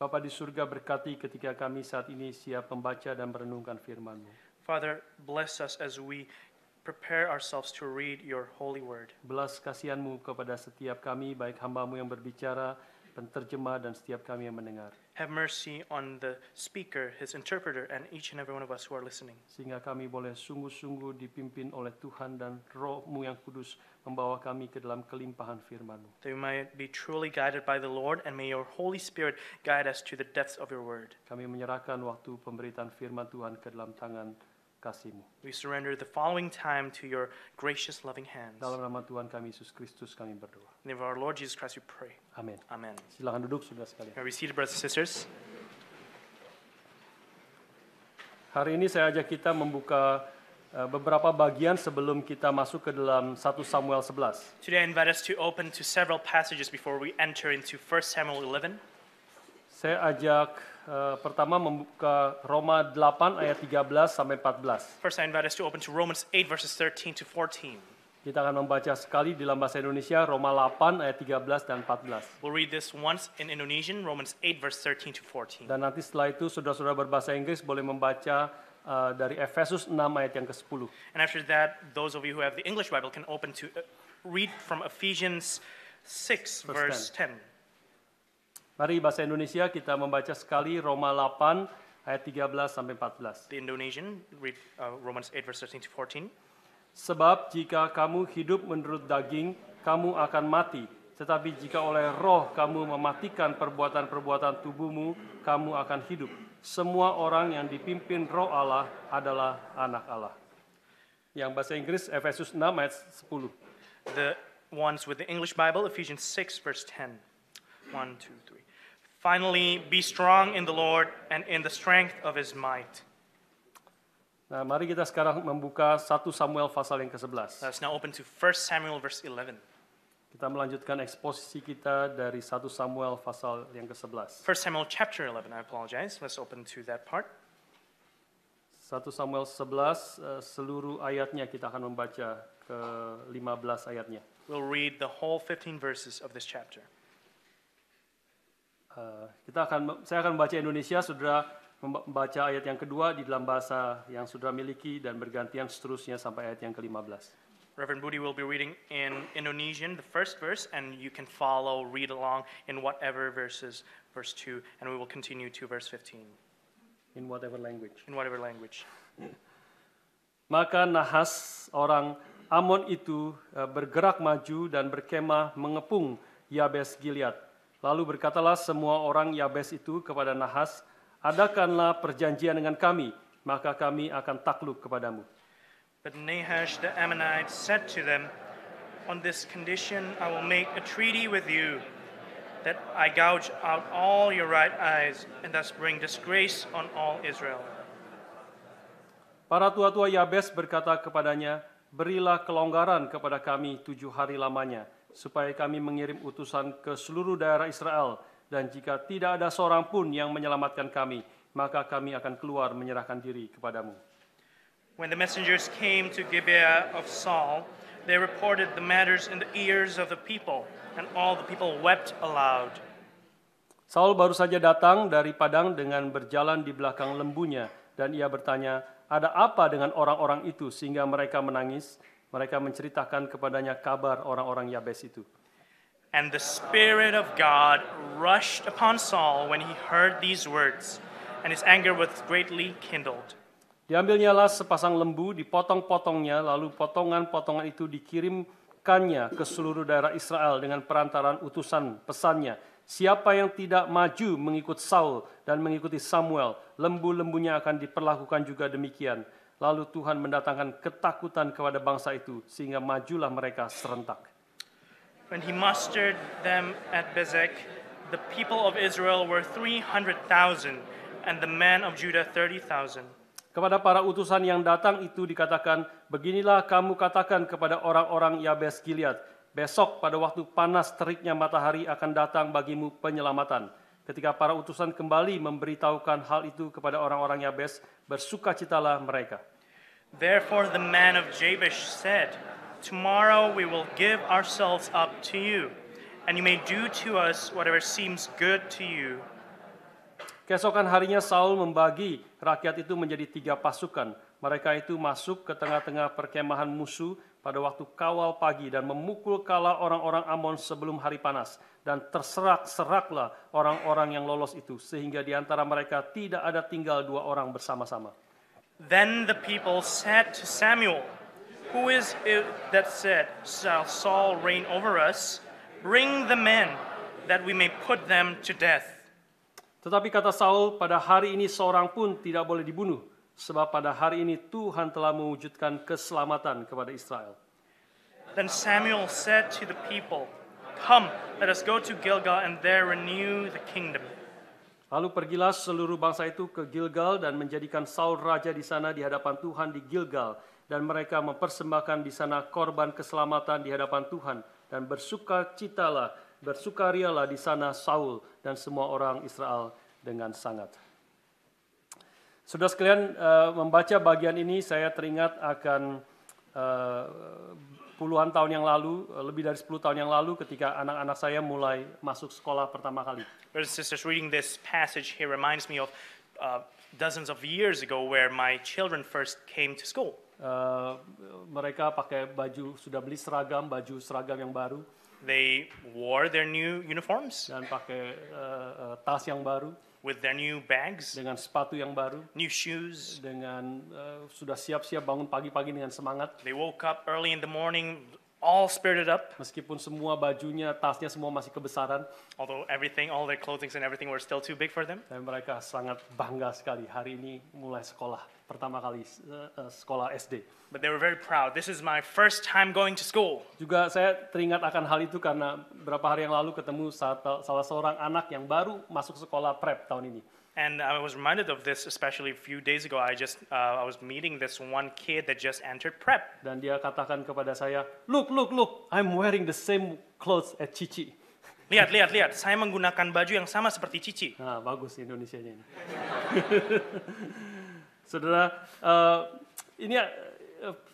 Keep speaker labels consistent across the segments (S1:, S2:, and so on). S1: Bapa di surga berkati ketika kami saat ini siap membaca dan merenungkan firman-Mu.
S2: Father, bless us as we prepare ourselves to read your holy word.
S1: Belas kasihan-Mu kepada setiap kami, baik hamba-Mu yang berbicara, penterjemah, dan setiap kami yang mendengar.
S2: Have mercy on the speaker, his interpreter, and each and every one of us who are listening.
S1: Sehingga kami boleh sungguh-sungguh dipimpin oleh Tuhan dan roh-Mu yang kudus membawa kami ke dalam kelimpahan firman-Mu.
S2: That we might be truly guided by the Lord, and may your Holy Spirit guide us to the depths of your word.
S1: Kami menyerahkan waktu pemberitaan firman Tuhan ke dalam tangan kasih-Mu.
S2: We surrender the following time to your gracious, loving hands.
S1: Dalam nama Tuhan kami Yesus Kristus kami berdoa.
S2: In the name of our Lord Jesus Christ, we pray.
S1: Amin.
S2: Amen.
S1: Silakan duduk sudah sekalian.
S2: May we see the brothers and sisters.
S1: Hari ini saya ajak kita membuka eh, beberapa bagian sebelum kita masuk ke dalam 1 Samuel 11.
S2: Today, I invite us to open to several passages before we enter into 1 Samuel 11.
S1: Saya ajak eh, pertama membuka Roma 8 ayat 13 sampai 14.
S2: First, I invite us to open to Romans 8, verses 13 to 14.
S1: Kita akan membaca sekali dalam bahasa Indonesia Roma 8 ayat 13 dan 14.
S2: We'll read this once in Indonesian, Romans 8, verse 13 to 14.
S1: Dan nanti setelah itu saudara-saudara berbahasa Inggris boleh membaca eh, dari Efesus 6 ayat yang ke-10.
S2: And after that, those of you who have the English Bible can open to uh, read from Ephesians 6,
S1: Verse
S2: verse 10.
S1: Mari bahasa Indonesia kita membaca sekali Roma 8 ayat 13 sampai 14.
S2: The Indonesian, read uh, Romans 8, verse 13 to 14.
S1: Sebab jika kamu hidup menurut daging, kamu akan mati. Tetapi jika oleh roh kamu mematikan perbuatan-perbuatan tubuhmu, kamu akan hidup. Semua orang yang dipimpin roh Allah adalah anak Allah. Yang bahasa Inggris Efesus 6 ayat 10.
S2: The ones with the English Bible, Ephesians 6, verse 10. 1, 2, 3. Finally, be strong in the Lord and in the strength of his might.
S1: Nah, mari kita sekarang membuka 1 Samuel pasal yang ke-11.
S2: Let's now open to 1 Samuel, verse 11.
S1: Kita melanjutkan eksposisi kita dari 1 Samuel pasal yang ke-11.
S2: 1 Samuel, chapter 11, I apologize. Let's open to that part.
S1: 1 Samuel 11 eh, seluruh ayatnya kita akan membaca ke 15 ayatnya.
S2: We'll read the whole 15 verses of this chapter.
S1: Eh, kita akan saya akan membaca Indonesia, Saudara memba- membaca ayat yang kedua di dalam bahasa yang Saudara miliki dan bergantian seterusnya sampai ayat yang ke-15.
S2: Reverend Budi will be reading in Indonesian the first verse, and you can follow, read along in whatever verses, verse 2, and we will continue to verse 15
S1: In whatever language.
S2: in whatever language.
S1: Maka Nahas orang Amon itu eh, bergerak maju dan berkemah mengepung Yabes Gilead. Lalu berkatalah semua orang Yabes itu kepada Nahas, "Adakanlah perjanjian dengan kami, maka kami akan takluk kepadamu."
S2: But Nahash the Ammonite said to them, On this condition I will make a treaty with you, that I gouge out all your right eyes, and thus bring disgrace on all Israel.
S1: Para tua-tua Yabes berkata kepadanya, "Berilah kelonggaran kepada kami tujuh hari lamanya, supaya kami mengirim utusan ke seluruh daerah Israel. Dan jika tidak ada seorang pun yang menyelamatkan kami, maka kami akan keluar menyerahkan diri kepadamu."
S2: When the messengers came to Gibeah of Saul, they reported the matters in the ears of the people, and all the people wept aloud.
S1: Saul baru saja datang dari padang dengan berjalan di belakang lembunya, dan ia bertanya, "Ada apa dengan orang-orang itu sehingga mereka menangis?" Mereka menceritakan kepadanya kabar orang-orang Yabes itu.
S2: And the Spirit of God rushed upon Saul when he heard these words, and his anger was greatly kindled.
S1: Diambilnyalah sepasang lembu, dipotong-potongnya, lalu potongan-potongan itu dikirimkannya ke seluruh daerah Israel dengan perantaran utusan pesannya. Siapa yang tidak maju mengikut Saul dan mengikuti Samuel, lembu-lembunya akan diperlakukan juga demikian. Lalu Tuhan mendatangkan ketakutan kepada bangsa itu, sehingga majulah mereka serentak.
S2: When he mustered them at Bezek, the people of Israel were 300,000, and the men of Judah 30,000.
S1: Kepada para utusan yang datang itu dikatakan, "Beginilah kamu katakan kepada orang-orang Yabes Gilead, besok pada waktu panas teriknya matahari akan datang bagimu penyelamatan." Ketika para utusan kembali memberitahukan hal itu kepada orang-orang Yabes, bersukacitalah mereka.
S2: Therefore, the man of Jabesh said, Tomorrow we will give ourselves up to you, and you may do to us whatever seems good to you.
S1: Keesokan harinya Saul membagi rakyat itu menjadi tiga pasukan. Mereka itu masuk ke tengah-tengah perkemahan musuh pada waktu kawal pagi dan memukul kala orang-orang Amon sebelum hari panas. Dan terserak-seraklah orang-orang yang lolos itu, sehingga di antara mereka tidak ada tinggal dua orang bersama-sama.
S2: Then the people said to Samuel, Who is it that said, Shall Saul reign over us? Bring the men, that we may put them to death.
S1: Tetapi kata Saul, pada hari ini seorang pun tidak boleh dibunuh, sebab pada hari ini Tuhan telah mewujudkan keselamatan kepada Israel.
S2: Then Samuel said to the people, Come, let us go to Gilgal and there renew the kingdom.
S1: Lalu pergilah seluruh bangsa itu ke Gilgal dan menjadikan Saul raja di sana di hadapan Tuhan di Gilgal dan mereka mempersembahkan di sana korban keselamatan di hadapan Tuhan dan bersukacitalah bersukarialah di sana Saul dan semua orang Israel dengan sangat. Sudah sekalian eh, membaca bagian ini saya teringat akan eh, puluhan tahun yang lalu, eh, lebih dari 10 tahun yang lalu ketika anak-anak saya mulai masuk sekolah pertama kali.
S2: Brothers and sisters, reading this passage here reminds me of uh, dozens of years ago where my children first came to school.
S1: Eh, mereka pakai baju sudah beli seragam baju seragam yang baru
S2: They wore their new uniforms
S1: dan pakai eh, eh, tas yang baru
S2: with their new bags,
S1: dengan sepatu yang baru
S2: new shoes.
S1: dengan eh, sudah siap-siap bangun pagi-pagi dengan semangat
S2: They woke up early in the morning, all spirited up,
S1: meskipun semua bajunya tasnya semua masih kebesaran
S2: although everything, all their clothing and everything were still too big for them.
S1: dan mereka sangat bangga sekali hari ini mulai sekolah pertama kali eh, eh, sekolah SD
S2: But they were very proud. This is my first time going to school.
S1: juga saya teringat akan hal itu karena beberapa hari yang lalu ketemu satu- salah seorang anak yang baru masuk sekolah prep tahun ini
S2: And I was reminded of this, especially a few days ago. I just uh, I was meeting this one kid that just entered prep,
S1: dan dia katakan kepada saya, "Look, look, look, I'm wearing the same clothes at Cici."
S2: Lihat, lihat, lihat. Saya menggunakan baju yang sama seperti Cici.
S1: Nah, bagus Indonesianya ini. Saudara, eh, ini eh,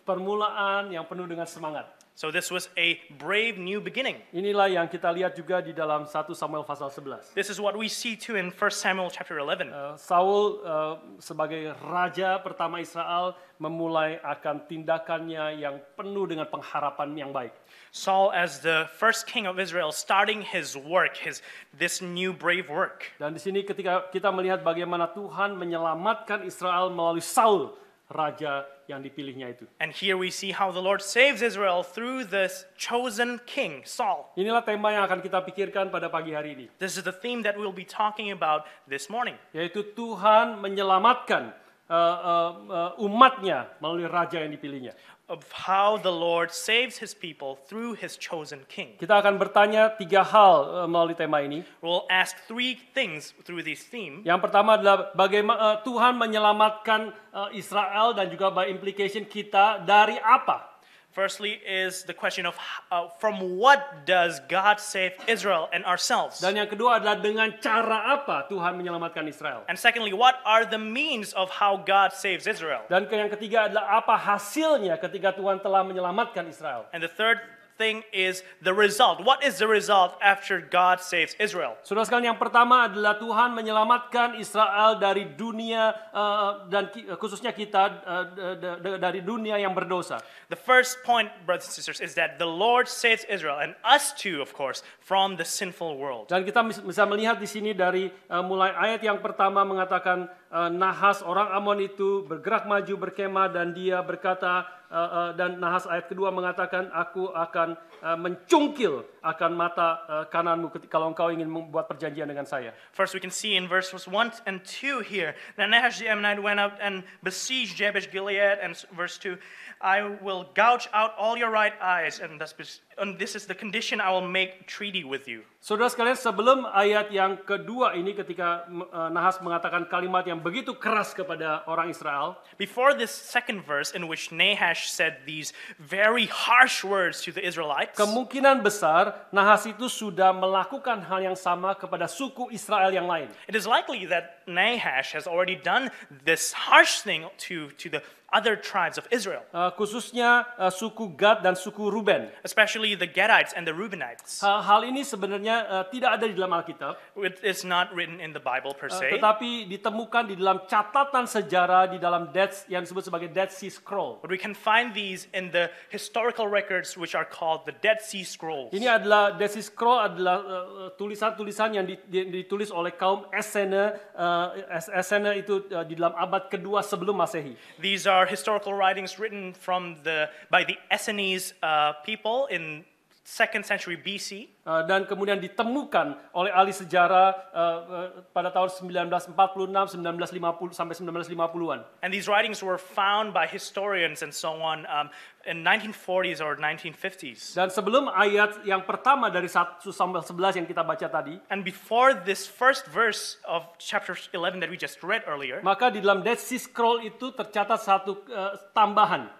S1: permulaan yang penuh dengan semangat.
S2: So this was a brave new beginning.
S1: Inilah yang kita lihat juga di dalam 1 Samuel pasal 11.
S2: This is what we see too in 1 Samuel chapter 11.
S1: Eh, Saul eh, sebagai raja pertama Israel memulai akan tindakannya yang penuh dengan pengharapan yang baik.
S2: Saul as the first king of Israel starting his work, his this new brave work.
S1: Dan di sini ketika kita melihat bagaimana Tuhan menyelamatkan Israel melalui Saul, raja yang dipilihnya itu.
S2: And here we see how the Lord saves Israel through this chosen king, Saul.
S1: Inilah tema yang akan kita pikirkan pada pagi hari ini,
S2: This is the theme that we'll be talking about this morning.
S1: yaitu Tuhan menyelamatkan eh, eh, eh, umatnya melalui raja yang dipilihnya.
S2: of how the Lord saves his people through his chosen king.
S1: Kita akan bertanya tiga hal eh, melalui tema ini.
S2: We'll ask three things through this theme.
S1: Yang pertama adalah bagaimana Tuhan menyelamatkan eh, Israel dan juga by implication kita dari apa?
S2: Firstly, is the question of uh, from what does God save Israel and ourselves?
S1: Dan yang kedua adalah dengan cara apa Tuhan menyelamatkan Israel?
S2: And secondly, what are the means of how God saves Israel?
S1: Dan ke- yang ketiga adalah apa hasilnya ketika Tuhan telah menyelamatkan Israel.
S2: And the third thing is the result. What is the result after God saves Israel?
S1: Saudara sekalian, yang pertama adalah Tuhan menyelamatkan Israel dari dunia eh, dan ki- khususnya kita eh, d- d- d- dari dunia yang berdosa.
S2: The first point, brothers and sisters, is that the Lord saves Israel and us too, of course, from the sinful world.
S1: Dan kita mis- bisa melihat di sini dari eh, mulai ayat yang pertama mengatakan eh, Nahas orang Amon itu bergerak maju berkemah dan dia berkata eh, eh, dan Nahas ayat kedua mengatakan aku akan eh, mencungkil akan mata eh, kananmu keti- kalau engkau ingin membuat perjanjian dengan saya.
S2: First, we can see in verses 1 and 2 here. Then Nahash the Ammonite went up and besieged Jabesh Gilead. And s- verse 2 I will gouge out all your right eyes, and, thus bes- and this is the condition I will make treaty with you.
S1: Saudara sekalian, sebelum ayat yang kedua ini ketika mm, eh, Nahas mengatakan kalimat yang begitu keras kepada orang Israel,
S2: Before this second verse, in which Nahash said these very harsh words to the Israelites,
S1: kemungkinan besar Nahas itu sudah melakukan hal yang sama kepada suku Israel yang lain.
S2: it is likely that Nahash has already done this harsh thing to, to the other tribes of Israel,
S1: Eh, khususnya eh, suku Gad dan suku Ruben.
S2: especially the Gadites and the Reubenites.
S1: Ha- hal ini sebenarnya eh, tidak ada di dalam Alkitab,
S2: It is not written in the Bible per
S1: eh,
S2: se,
S1: tetapi ditemukan di dalam catatan sejarah di dalam Dead, yang disebut sebagai Dead Sea Scroll.
S2: but we can find these in the historical records which are called the Dead Sea Scrolls.
S1: Ini adalah Dead Sea Scroll adalah eh, tulisan-tulisan yang di- di- ditulis oleh kaum Essene, eh, Es- Essene itu eh, di dalam abad kedua sebelum Masehi.
S2: These are historical writings written from the, by the Essenes uh, people in 2nd century BC.
S1: Eh, dan kemudian ditemukan oleh ahli sejarah eh, eh, pada tahun 1946, 1950 sampai 1950-an.
S2: And these writings were found by historians and so on um, in 1940s or 1950s.
S1: Dan sebelum ayat yang pertama dari 1 sampai 11 yang kita baca tadi,
S2: And before this first verse of chapter 11 that we just read earlier,
S1: maka di dalam Dead Sea Scroll itu tercatat satu eh, tambahan.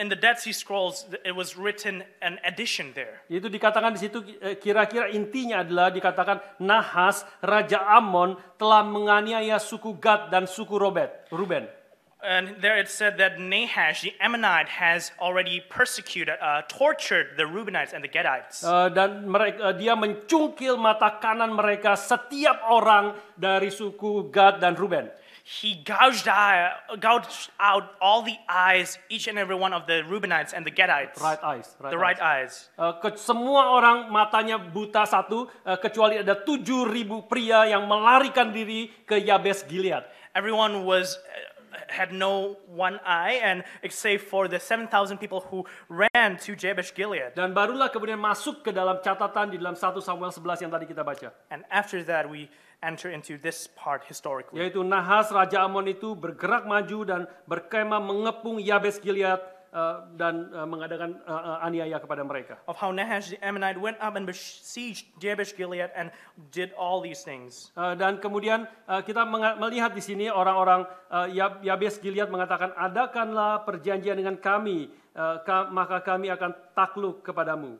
S2: in the Dead Sea Scrolls, th- it was written an addition there.
S1: Yaitu dikatakan di situ eh, kira-kira intinya adalah dikatakan Nahas raja Amon telah menganiaya suku Gad dan suku Robert, Ruben.
S2: And there it said that Nahash, the Ammonite, has already persecuted, uh, tortured the Reubenites and the Gadites.
S1: Eh, dan mereka dia mencungkil mata kanan mereka setiap orang dari suku Gad dan Ruben.
S2: He gouged, eye, gouged out all the eyes, each and every one of the Reubenites and the Gadites.
S1: Right eyes, right
S2: the right
S1: eyes.
S2: eyes.
S1: Eh, ke- semua orang matanya buta satu eh, kecuali ada 7000 pria yang melarikan diri ke Yabes Gilead.
S2: Everyone was had no one eye, and except for the 7,000 people who ran to Jabesh Gilead.
S1: Dan barulah kemudian masuk ke dalam catatan di dalam 1 Samuel 11 yang tadi kita baca.
S2: And after that, we enter into this part historically.
S1: Yaitu Nahas Raja Amon itu bergerak maju dan berkemah mengepung Yabes Gilead eh, dan eh, mengadakan eh, eh, aniaya kepada mereka.
S2: Of how Nahash the Ammonite went up and besieged Jabesh Gilead and did all these things.
S1: Eh, dan kemudian eh, kita menga- melihat di sini orang-orang eh, Yab- Yabes Gilead mengatakan adakanlah perjanjian dengan kami eh, ka- maka kami akan takluk kepadamu.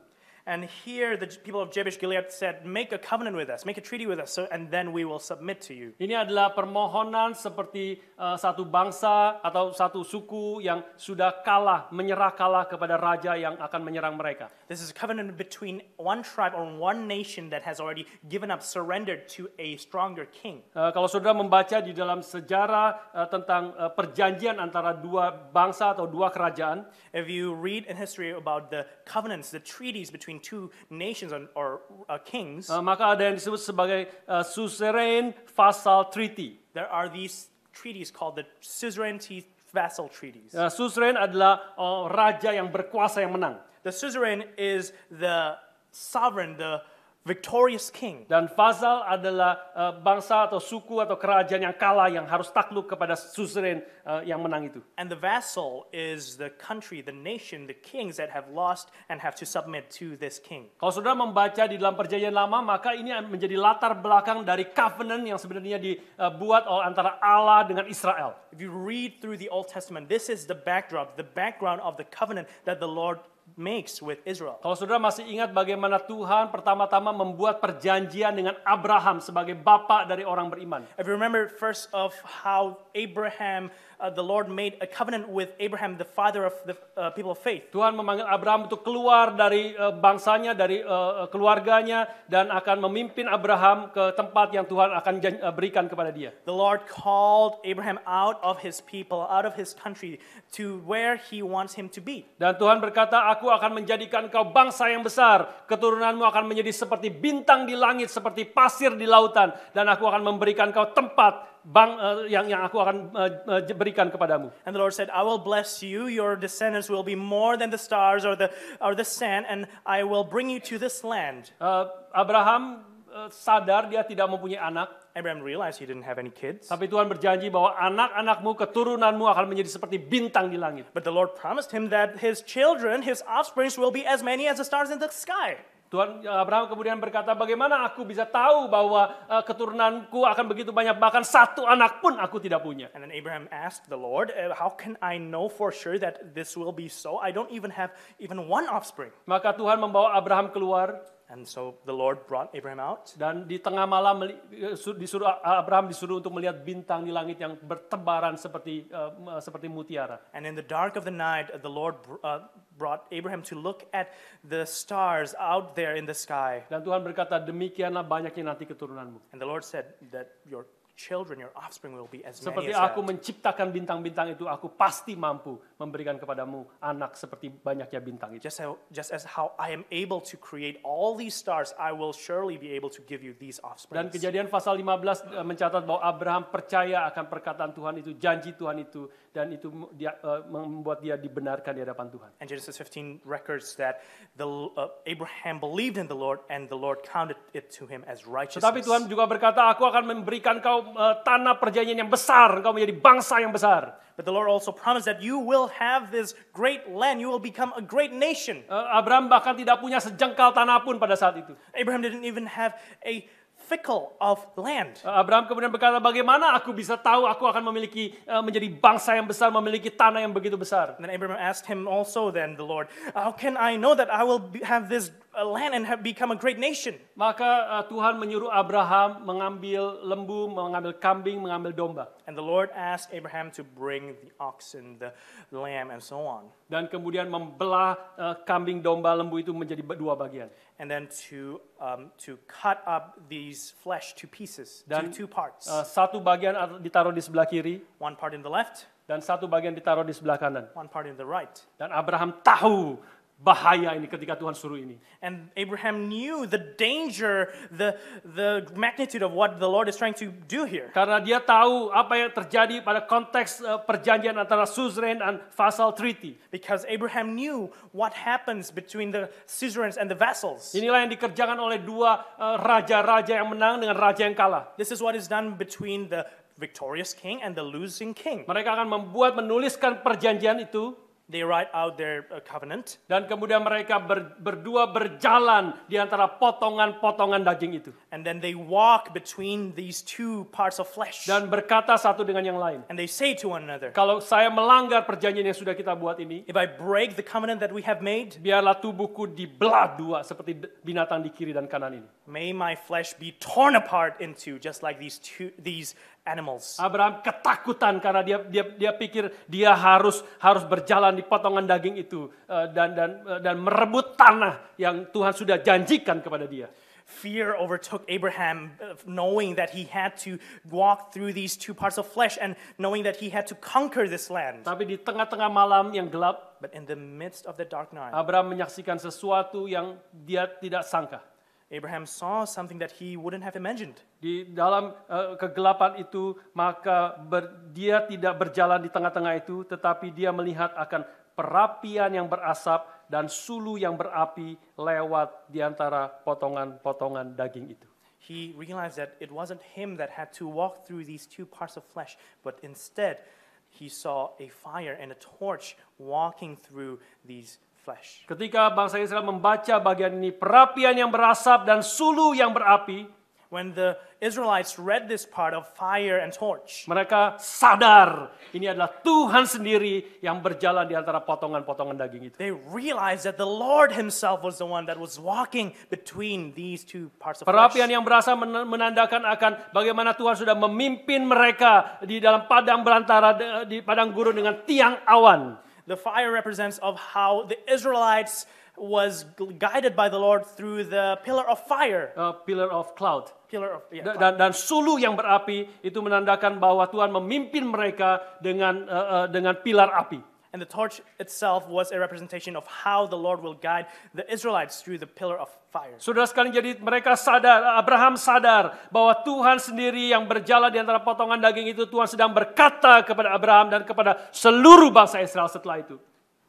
S2: And here, the people of Jabesh Gilead said, Make a covenant with us, make a treaty with us, so, and then we will submit to you.
S1: Ini adalah permohonan seperti eh, satu bangsa atau satu suku yang sudah kalah menyerah kalah kepada raja yang akan menyerang mereka.
S2: This is a covenant between one tribe or one nation that has already given up, surrendered to a stronger king.
S1: Eh, kalau saudara membaca di dalam sejarah eh, tentang eh, perjanjian antara dua bangsa atau dua kerajaan,
S2: If you read in history about the covenants, the treaties between two nations or, or uh, kings,
S1: eh, maka ada yang disebut sebagai eh, suzerain vassal treaty.
S2: there are these treaties called the suzerainty vassal treaties.
S1: Eh, suzerain adalah eh, raja yang berkuasa yang menang
S2: The suzerain is the sovereign, the victorious king,
S1: dan vassal adalah eh, bangsa atau suku atau kerajaan yang kalah yang harus takluk kepada suzerain eh, yang menang itu.
S2: and the vassal is the country, the nation, the kings that have lost and have to submit to this king.
S1: Kalau saudara membaca di dalam perjanjian lama, maka ini menjadi latar belakang dari covenant yang sebenarnya dibuat oleh antara Allah dengan Israel.
S2: If you read through the Old Testament, this is the backdrop, the background of the covenant that the Lord makes with Israel.
S1: Kalau saudara masih ingat bagaimana Tuhan pertama-tama membuat perjanjian dengan Abraham sebagai bapak dari orang beriman.
S2: If you remember first of how Abraham, uh, the Lord made a covenant with Abraham, the father of the uh, people of faith.
S1: Tuhan memanggil Abraham untuk keluar dari eh, bangsanya, dari eh, keluarganya, dan akan memimpin Abraham ke tempat yang Tuhan akan jan- eh, berikan kepada dia.
S2: The Lord called Abraham out of his people, out of his country, to where he wants him to be.
S1: Dan Tuhan berkata, aku akan menjadikan kau bangsa yang besar. Keturunanmu akan menjadi seperti bintang di langit, seperti pasir di lautan. Dan aku akan memberikan kau tempat bang, eh, yang, yang aku akan eh, eh, berikan kepadamu.
S2: And the Lord said, I will bless you. Your descendants will be more than the stars or the, or the sand, and I will bring you to this land.
S1: Eh, Abraham eh, sadar dia tidak mempunyai anak.
S2: Abraham realized he didn't have any kids.
S1: Tapi Tuhan berjanji bahwa anak-anakmu, keturunanmu akan menjadi seperti bintang di langit.
S2: But the Lord promised him that his children, his offspring, will be as many as the stars in the sky.
S1: Tuhan eh, Abraham kemudian berkata, bagaimana aku bisa tahu bahwa eh, keturunanku akan begitu banyak, bahkan satu anak pun aku tidak punya.
S2: And then Abraham asked the Lord, "Uh, How can I know for sure that this will be so? I don't even have even one offspring.
S1: Maka Tuhan membawa Abraham keluar
S2: And so the Lord brought Abraham out.
S1: Dan di tengah malam meli- eh, su- disuruh Abraham disuruh untuk melihat bintang di langit yang bertebaran seperti eh, m- seperti mutiara.
S2: And in the dark of the night, the Lord br- uh, brought Abraham to look at the stars out there in the sky.
S1: Dan Tuhan berkata, demikianlah banyaknya nanti keturunanmu.
S2: And the Lord said that your children, your offspring, will be as many
S1: Seperti
S2: as
S1: aku
S2: that.
S1: menciptakan bintang-bintang itu, aku pasti mampu memberikan kepadamu anak seperti banyaknya bintang itu.
S2: Just, how, just as how I am able to create all these stars, I will surely be able to give you these
S1: Dan
S2: offspring.
S1: kejadian pasal 15 mencatat bahwa Abraham percaya akan perkataan Tuhan itu, janji Tuhan itu, dan itu m- dia, eh, membuat dia dibenarkan di hadapan Tuhan.
S2: And Genesis 15 records that the, uh, Abraham believed in the Lord, and the Lord counted it to him as righteousness.
S1: Tetapi Tuhan juga berkata, aku akan memberikan kau eh, tanah perjanjian yang besar, engkau menjadi bangsa yang besar.
S2: But the Lord also promised that you will have this great land. You will become a great nation.
S1: Eh, Abraham bahkan tidak punya sejengkal tanah pun pada saat itu.
S2: Abraham didn't even have a fickle of land.
S1: Eh, Abraham kemudian berkata, bagaimana aku bisa tahu aku akan memiliki eh, menjadi bangsa yang besar, memiliki tanah yang begitu besar?
S2: And then Abraham asked him also, then the Lord, How can I know that I will be, have this uh, land and have become a great nation?
S1: Maka eh, Tuhan menyuruh Abraham mengambil lembu, mengambil kambing, mengambil domba.
S2: And the Lord asked Abraham to bring the oxen, the lamb, and so on.
S1: Dan kemudian membelah eh, kambing domba lembu itu menjadi be- dua bagian.
S2: And then to, um, to cut up these flesh to pieces,
S1: Dan-
S2: to two parts.
S1: Eh, satu bagian at- ditaruh di sebelah kiri,
S2: one part in the left,
S1: dan satu bagian ditaruh di sebelah kanan.
S2: one part in the right.
S1: Dan Abraham tahu bahaya ini ketika Tuhan suruh ini.
S2: And Abraham knew the danger, the, the magnitude of what the Lord is trying to do here.
S1: Karena dia tahu apa yang terjadi pada konteks eh, perjanjian antara suzerain dan vassal treaty.
S2: Because Abraham knew what happens between the suzerains and the vassals.
S1: Inilah yang dikerjakan oleh dua eh, raja-raja yang menang dengan raja yang kalah.
S2: This is what is done between the victorious king and the losing king.
S1: Mereka akan membuat menuliskan perjanjian itu
S2: They write out their uh, covenant,
S1: dan kemudian mereka ber- berdua berjalan di antara potongan-potongan daging itu
S2: and then they walk between these two parts of flesh.
S1: dan berkata satu dengan yang lain.
S2: and they say to one another,
S1: Kalau saya melanggar perjanjian yang sudah kita buat ini,
S2: If I break the covenant that we have made,
S1: biarlah tubuhku dibelah dua seperti d- binatang di kiri dan kanan ini.
S2: may my flesh be torn apart into just like these two these animals.
S1: Abraham ketakutan karena dia dia dia pikir dia harus harus berjalan di potongan daging itu eh, dan dan eh, dan merebut tanah yang Tuhan sudah janjikan kepada dia.
S2: Fear overtook Abraham, uh, knowing that he had to walk through these two parts of flesh and knowing that he had to conquer this land.
S1: Tapi di tengah-tengah malam yang gelap,
S2: But in the midst of the dark night,
S1: Abraham menyaksikan sesuatu yang dia tidak sangka.
S2: Abraham saw something that he wouldn't have imagined.
S1: Di dalam eh, kegelapan itu, maka ber- dia tidak berjalan di tengah-tengah itu, tetapi dia melihat akan perapian yang berasap dan sulu yang berapi lewat di antara potongan-potongan daging itu.
S2: He realized that it wasn't him that had to walk through these two parts of flesh, but instead, he saw a fire and a torch walking through these flesh.
S1: Ketika bangsa Israel membaca bagian ini, perapian yang berasap dan sulu yang berapi,
S2: When the Israelites read this part of fire and torch,
S1: mereka sadar ini adalah Tuhan sendiri yang berjalan di antara potongan-potongan daging itu.
S2: they realized that the Lord Himself was the one that was walking between these two parts of
S1: Perapian
S2: flesh.
S1: yang berasa men- menandakan akan bagaimana Tuhan sudah memimpin mereka di dalam padang belantara de- di padang gurun dengan tiang awan.
S2: The fire represents of how the Israelites was guided by the Lord through the pillar of fire.
S1: Uh, pillar of cloud
S2: Pillar of yeah,
S1: Da- dan, dan sulu yang berapi itu menandakan bahwa Tuhan memimpin mereka dengan uh, uh, dengan pilar api.
S2: And the torch itself was a representation of how the Lord will guide the Israelites through the pillar of fire.
S1: Saudara sekalian jadi mereka sadar, uh, Abraham sadar bahwa Tuhan sendiri yang berjalan di antara potongan daging itu Tuhan sedang berkata kepada Abraham dan kepada seluruh bangsa Israel setelah itu.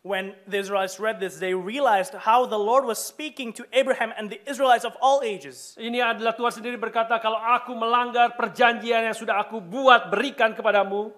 S2: When the Israelites read this, they realized how the Lord was speaking to Abraham and the Israelites of all ages.
S1: Ini adalah Tuhan sendiri berkata, kalau aku melanggar perjanjian yang sudah aku buat berikan kepadamu,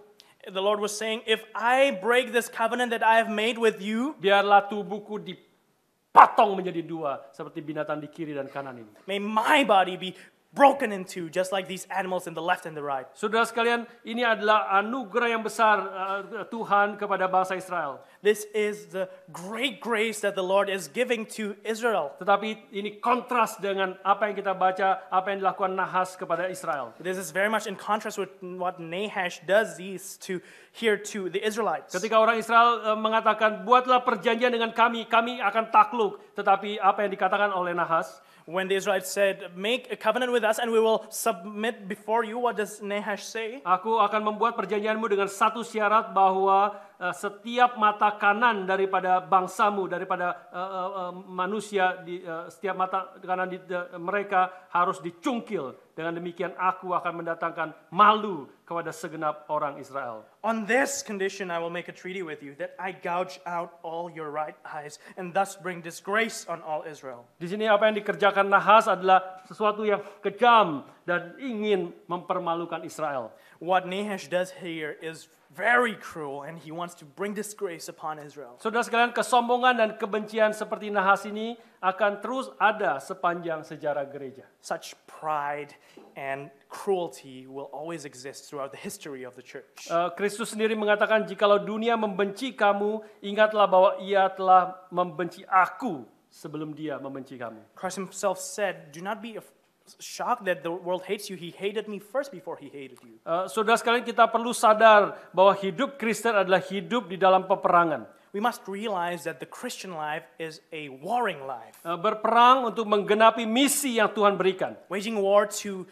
S2: The Lord was saying, If I break this covenant that I have made with you,
S1: biarlah tubuhku dipotong menjadi dua seperti binatang di kiri dan kanan ini.
S2: may my body be broken in two, just like these animals in the left and the right.
S1: Saudara sekalian, ini adalah anugerah yang besar uh, Tuhan kepada bangsa Israel.
S2: This is the great grace that the Lord is giving to Israel.
S1: Tetapi ini kontras dengan apa yang kita baca, apa yang dilakukan Nahas kepada Israel.
S2: This is very much in contrast with what Nahash does these to here to the Israelites.
S1: Ketika orang Israel eh, mengatakan, buatlah perjanjian dengan kami, kami akan takluk. Tetapi apa yang dikatakan oleh Nahas,
S2: When the Israelites said, "Make a covenant with us, and we will submit before you," what does Nahash say?
S1: aku akan membuat perjanjianmu dengan satu syarat bahwa eh, setiap mata kanan daripada bangsamu, daripada eh, eh, eh, manusia, di, eh, setiap mata kanan di, de- mereka harus dicungkil. Dengan demikian aku akan mendatangkan malu kepada segenap orang Israel.
S2: On this condition, I will make a treaty with you that I gouge out all your right eyes, and thus bring disgrace on all Israel.
S1: Di sini apa yang dikerjakan Nahas adalah sesuatu yang kejam dan ingin mempermalukan Israel.
S2: What Nahash does here is very cruel, and he wants to bring disgrace upon Israel.
S1: Saudara sekalian, kesombongan dan kebencian seperti Nahas ini akan terus ada sepanjang sejarah gereja.
S2: Such pride and cruelty will always exist throughout the history of the church.
S1: Eh, Kristus sendiri mengatakan, "Jikalau dunia membenci kamu, ingatlah bahwa ia telah membenci aku sebelum dia membenci kamu."
S2: Christ himself said, Do not be af- shocked that the world hates you. He hated me first before he hated you.
S1: Eh, saudara sekalian, kita perlu sadar bahwa hidup Kristen adalah hidup di dalam peperangan.
S2: We must realize that the Christian life is a warring life,
S1: Eh, berperang untuk menggenapi misi yang Tuhan berikan.
S2: waging war to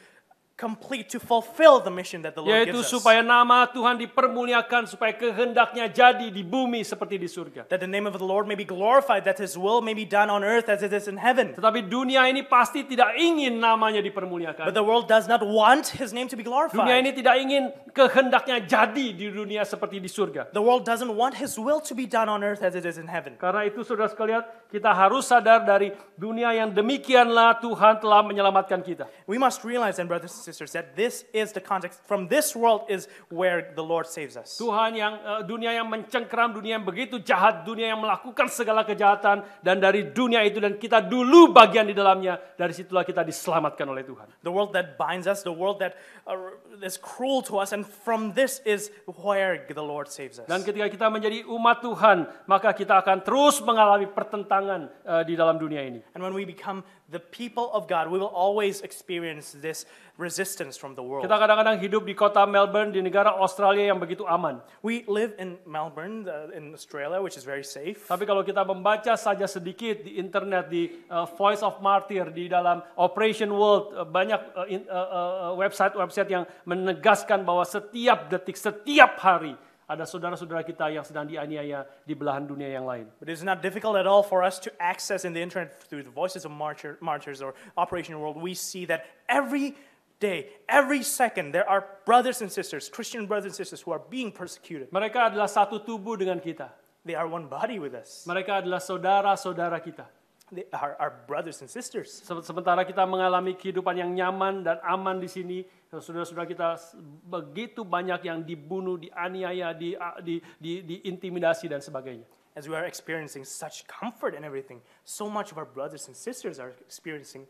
S2: complete, to fulfill the mission that the Lord
S1: yaitu
S2: gives us.
S1: supaya nama Tuhan dipermuliakan supaya kehendaknya jadi di bumi seperti di surga.
S2: That the name of the Lord may be glorified, that his will may be done on earth as it is in heaven.
S1: Tetapi dunia ini pasti tidak ingin namanya
S2: But
S1: dipermuliakan.
S2: the world does not want his name to be
S1: Dunia
S2: glorified.
S1: ini tidak ingin kehendaknya jadi di dunia seperti di surga.
S2: The world doesn't want his will to be done on earth as it is in heaven.
S1: Karena itu saudara sekalian, kita harus sadar dari dunia yang demikianlah Tuhan telah menyelamatkan kita.
S2: We must realize then, brothers and sisters, that this is the context. From this world is where the Lord saves us.
S1: Tuhan yang eh, dunia yang mencengkeram, dunia yang begitu jahat, dunia yang melakukan segala kejahatan dan dari dunia itu dan kita dulu bagian di dalamnya, dari situlah kita diselamatkan oleh Tuhan.
S2: The world that binds us, the world that uh, is cruel to us, and from this is where the Lord saves us.
S1: Dan ketika kita menjadi umat Tuhan, maka kita akan terus mengalami pertentangan eh, di dalam dunia ini.
S2: And when we become the people of God, we will always experience this resistance from the world.
S1: Kita kadang-kadang hidup di kota Melbourne di negara Australia yang begitu aman.
S2: We live in Melbourne, uh, in Australia, which is very safe.
S1: Tapi kalau kita membaca saja sedikit di internet di eh, Voice of Martyr di dalam Operation World eh, banyak eh, in- eh, eh, eh, website-website yang menegaskan bahwa setiap detik, setiap hari ada saudara-saudara kita yang sedang dianiaya di belahan dunia yang lain.
S2: But it's not difficult at all for us to access in the internet through the voices of martyr, martyrs or Operation World. We see that every day, every second, there are brothers and sisters, Christian brothers and sisters, who are being persecuted.
S1: Mereka adalah satu tubuh dengan kita.
S2: They are one body with us.
S1: Mereka adalah saudara-saudara kita.
S2: They are our brothers and sisters.
S1: Se- Sementara kita mengalami kehidupan yang nyaman dan aman di sini, saudara-saudara kita s- begitu banyak yang dibunuh, dianiaya, di, a- di, di- diintimidasi dan sebagainya.
S2: As we are experiencing such comfort and everything, so much of our brothers and sisters are experiencing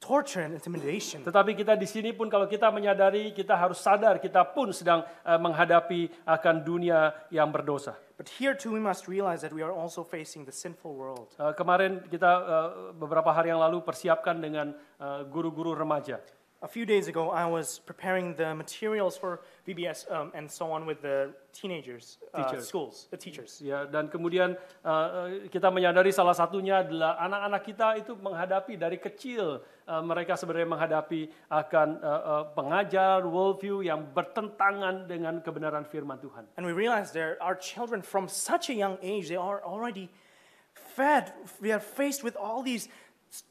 S2: torture and intimidation.
S1: Tetapi kita di sini pun kalau kita menyadari, kita harus sadar kita pun sedang eh, menghadapi akan dunia yang berdosa.
S2: But here too, we must realize that we are also facing the sinful world.
S1: Eh, kemarin kita eh, beberapa hari yang lalu persiapkan dengan eh, guru-guru remaja.
S2: A few days ago, I was preparing the materials for VBS um, and so on with the teenagers, uh,
S1: Teachers. Mm-hmm.
S2: schools, the teachers.
S1: Ya, dan kemudian eh, eh, kita menyadari salah satunya adalah anak-anak kita itu menghadapi dari kecil eh, mereka sebenarnya menghadapi akan eh, eh, pengajar worldview yang bertentangan dengan kebenaran firman Tuhan.
S2: And we realized there our children from such a young age, they are already fed. We are faced with all these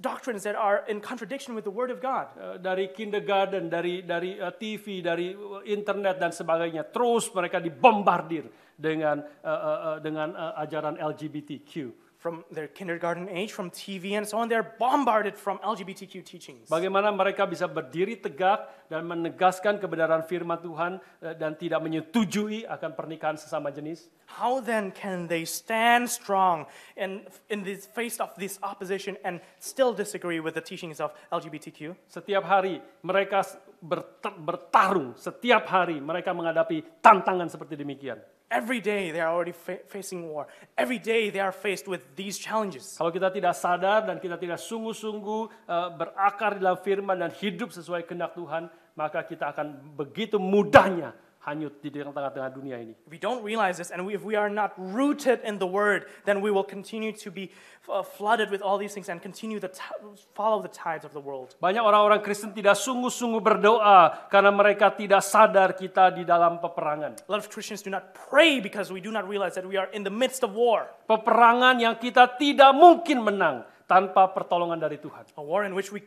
S2: doctrines that are in contradiction with the Word of God.
S1: Eh, dari kindergarten, dari dari eh, TV, dari eh, internet dan sebagainya, terus mereka dibombardir dengan eh, eh, eh, dengan eh, ajaran LGBTQ.
S2: from their kindergarten age, from TV and so on. They're bombarded from LGBTQ teachings.
S1: Bagaimana mereka bisa berdiri tegak dan menegaskan kebenaran firman Tuhan eh, dan tidak menyetujui akan pernikahan sesama jenis?
S2: How then can they stand strong in, in the face of this opposition and still disagree with the teachings of LGBTQ?
S1: Setiap hari mereka s- bert- bertarung, setiap hari mereka menghadapi tantangan seperti demikian.
S2: Every day they are already fa- facing war. Every day they are faced with these challenges.
S1: Kalau kita tidak sadar dan kita tidak sungguh-sungguh eh, berakar di dalam firman dan hidup sesuai kehendak Tuhan, maka kita akan begitu mudahnya hanyut di tengah-tengah dunia ini.
S2: If we don't realize this and we, if we are not rooted in the word, then we will continue to be uh, flooded with all these things and continue to t- follow the tides of the world.
S1: Banyak orang-orang Kristen tidak sungguh-sungguh berdoa karena mereka tidak sadar kita di dalam peperangan.
S2: A lot of Christians do not pray because we do not realize that we are in the midst of war,
S1: Peperangan yang kita tidak mungkin menang tanpa pertolongan dari Tuhan.
S2: a war in which we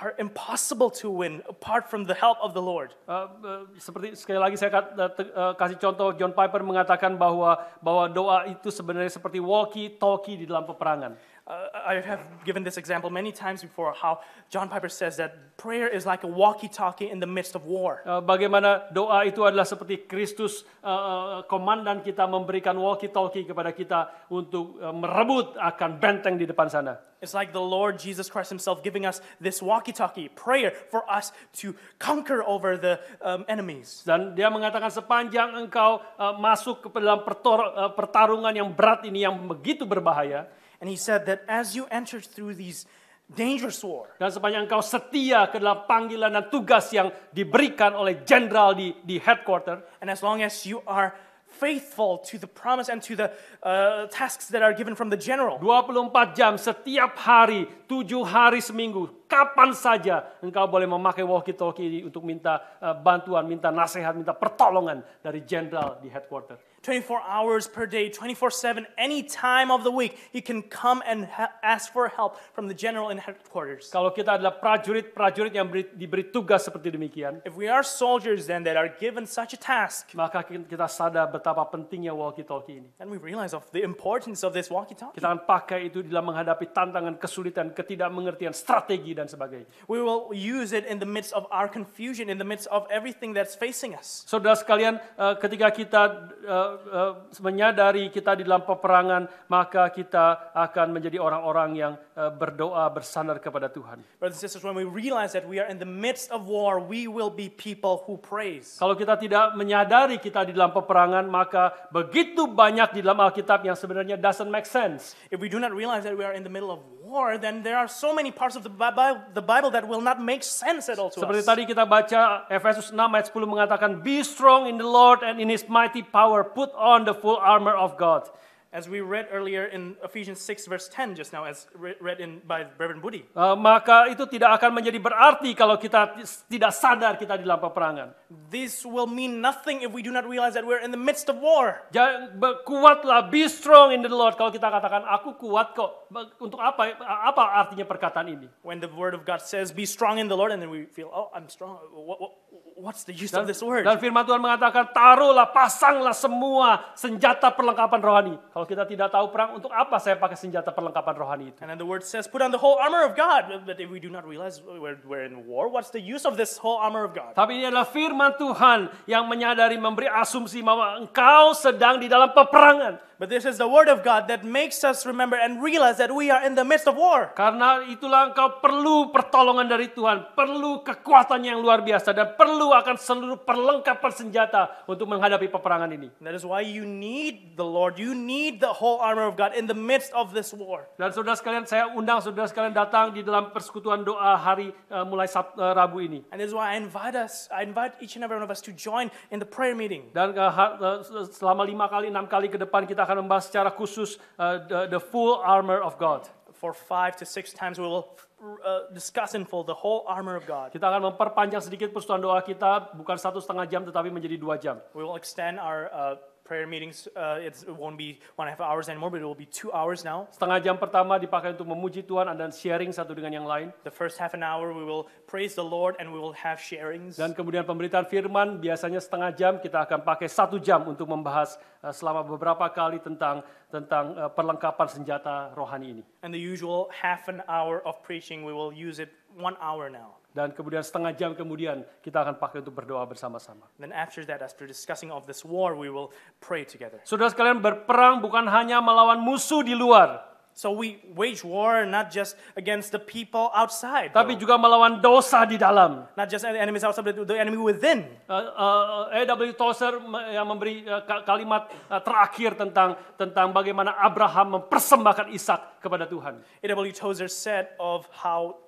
S2: are impossible to win apart from the help of the Lord.
S1: Eh, eh, seperti sekali lagi saya kat- eh, te- eh, kasih contoh John Piper mengatakan bahwa bahwa doa itu sebenarnya seperti walkie talkie di dalam peperangan.
S2: Uh, I have given this example many times before how John Piper says that prayer is like a walkie talkie in the midst of war.
S1: Eh, Bagaimana doa itu adalah seperti Kristus eh, eh, komandan kita memberikan walkie-talkie kepada kita untuk eh, merebut akan benteng di depan sana.
S2: It's like the Lord Jesus Christ Himself giving us this walkie talkie prayer for us to conquer over the um, enemies.
S1: Dan dia mengatakan sepanjang engkau eh, masuk ke dalam pertor- eh, pertarungan yang berat ini yang begitu berbahaya
S2: And He said that as you enter through these dangerous war,
S1: dan sepanjang engkau setia ke dalam panggilan dan tugas yang diberikan oleh jenderal di di headquarter
S2: and as long as you are faithful to the promise and to the uh, tasks that are given from the general,
S1: 24 jam setiap hari, 7 hari seminggu, kapan saja engkau boleh memakai walkie-talkie ini untuk minta eh, bantuan, minta nasihat, minta pertolongan dari jenderal di headquarter.
S2: 24 hours per day, 24 7, any time of the week, you can come and ha- ask for help from the general in headquarters.
S1: Kalau kita adalah prajurit-prajurit yang beri- diberi tugas seperti demikian,
S2: If we are soldiers then that are given such a task,
S1: maka ki- kita sadar betapa pentingnya walkie-talkie ini.
S2: then we realize of the importance of this walkie-talkie.
S1: Kita akan pakai itu dalam menghadapi tantangan, kesulitan, ketidakmengertian, strategi dan sebagainya.
S2: We will use it in the midst of our confusion, in the midst of everything that's facing us.
S1: Saudara sekalian, eh, ketika kita eh, eh, menyadari kita di dalam peperangan, maka kita akan menjadi orang-orang yang eh, berdoa bersandar kepada Tuhan.
S2: Brothers and sisters, when we realize that we are in the midst of war, we will be people who praise.
S1: Kalau kita tidak menyadari kita di dalam peperangan, maka begitu banyak di dalam Alkitab yang sebenarnya doesn't make sense.
S2: If we do not realize that we are in the middle of war, then there are so many parts of the Bible, the Bible that will not make sense at all to
S1: Seperti
S2: us.
S1: tadi kita baca Efesus 6 ayat 10 mengatakan, Be strong in the Lord and in his mighty power, put on the full armor of God.
S2: As we read earlier in Ephesians 6, verse 10, just now, as re- read in by Reverend Budi,
S1: Eh, maka itu tidak akan menjadi berarti kalau kita t- tidak sadar kita di dalam peperangan.
S2: this will mean nothing if we do not realize that we're in the midst of war.
S1: Ja- be- kuatlah, be strong in the Lord. Kalau kita katakan aku kuat kok, be- untuk apa? Apa artinya perkataan ini?
S2: When the word of God says, Be strong in the Lord, and then we feel, Oh, I'm strong. What, what, what's the use of this word?
S1: Dan firman Tuhan mengatakan, taruhlah, pasanglah semua senjata perlengkapan rohani. Kalau kita tidak tahu perang, untuk apa saya pakai senjata perlengkapan rohani itu?
S2: And then the word says, Put on the whole armor of God. But if we do not realize we're, we're in war, what's the use of this whole armor of God?
S1: Tapi ini adalah firman Tuhan yang menyadari, memberi asumsi bahwa engkau sedang di dalam peperangan.
S2: But this is the word of God that makes us remember and realize that we are in the midst of war.
S1: Karena itulah engkau perlu pertolongan dari Tuhan, perlu kekuatan yang luar biasa, dan perlu akan seluruh perlengkapan senjata untuk menghadapi peperangan ini.
S2: And that is why you need the Lord. You need the whole armor of God in the midst of this war.
S1: Dan saudara sekalian, saya undang saudara sekalian datang di dalam persekutuan doa hari eh, mulai Sab- eh, Rabu ini.
S2: And this is why I invite us, I invite each and every one of us to join in the prayer meeting.
S1: Dan eh, ha- eh, se- selama lima kali, enam kali ke depan kita akan membahas secara khusus eh, the, the full armor of God.
S2: For five to six times, we will uh, discuss in full the whole armor of God.
S1: Kita akan memperpanjang sedikit persekutuan doa kita, bukan satu setengah jam tetapi menjadi dua jam.
S2: We will extend our uh, prayer meetings. Uh, it's, it won't be one and a half hours anymore, but it will be two hours now.
S1: Setengah jam pertama dipakai untuk memuji Tuhan dan sharing satu dengan yang lain.
S2: The first half an hour, we will praise the Lord and we will have sharings.
S1: Dan kemudian pemberitaan firman biasanya setengah jam kita akan pakai satu jam untuk membahas eh, selama beberapa kali tentang tentang eh, perlengkapan senjata rohani ini.
S2: And the usual half an hour of preaching, we will use it one hour now.
S1: Dan kemudian setengah jam kemudian kita akan pakai untuk berdoa bersama-sama.
S2: Then after that, after discussing of this war, we will pray together.
S1: Saudara sekalian berperang bukan hanya melawan musuh di luar,
S2: So we wage war not just against the people outside,
S1: tapi
S2: though.
S1: juga melawan dosa di dalam.
S2: not just the enemies outside, but the enemy within.
S1: Uh, uh, A.W. Tozer me- yang memberi uh, ka- kalimat uh, terakhir tentang tentang bagaimana Abraham mempersembahkan Ishak kepada Tuhan.
S2: A.W. Tozer said of how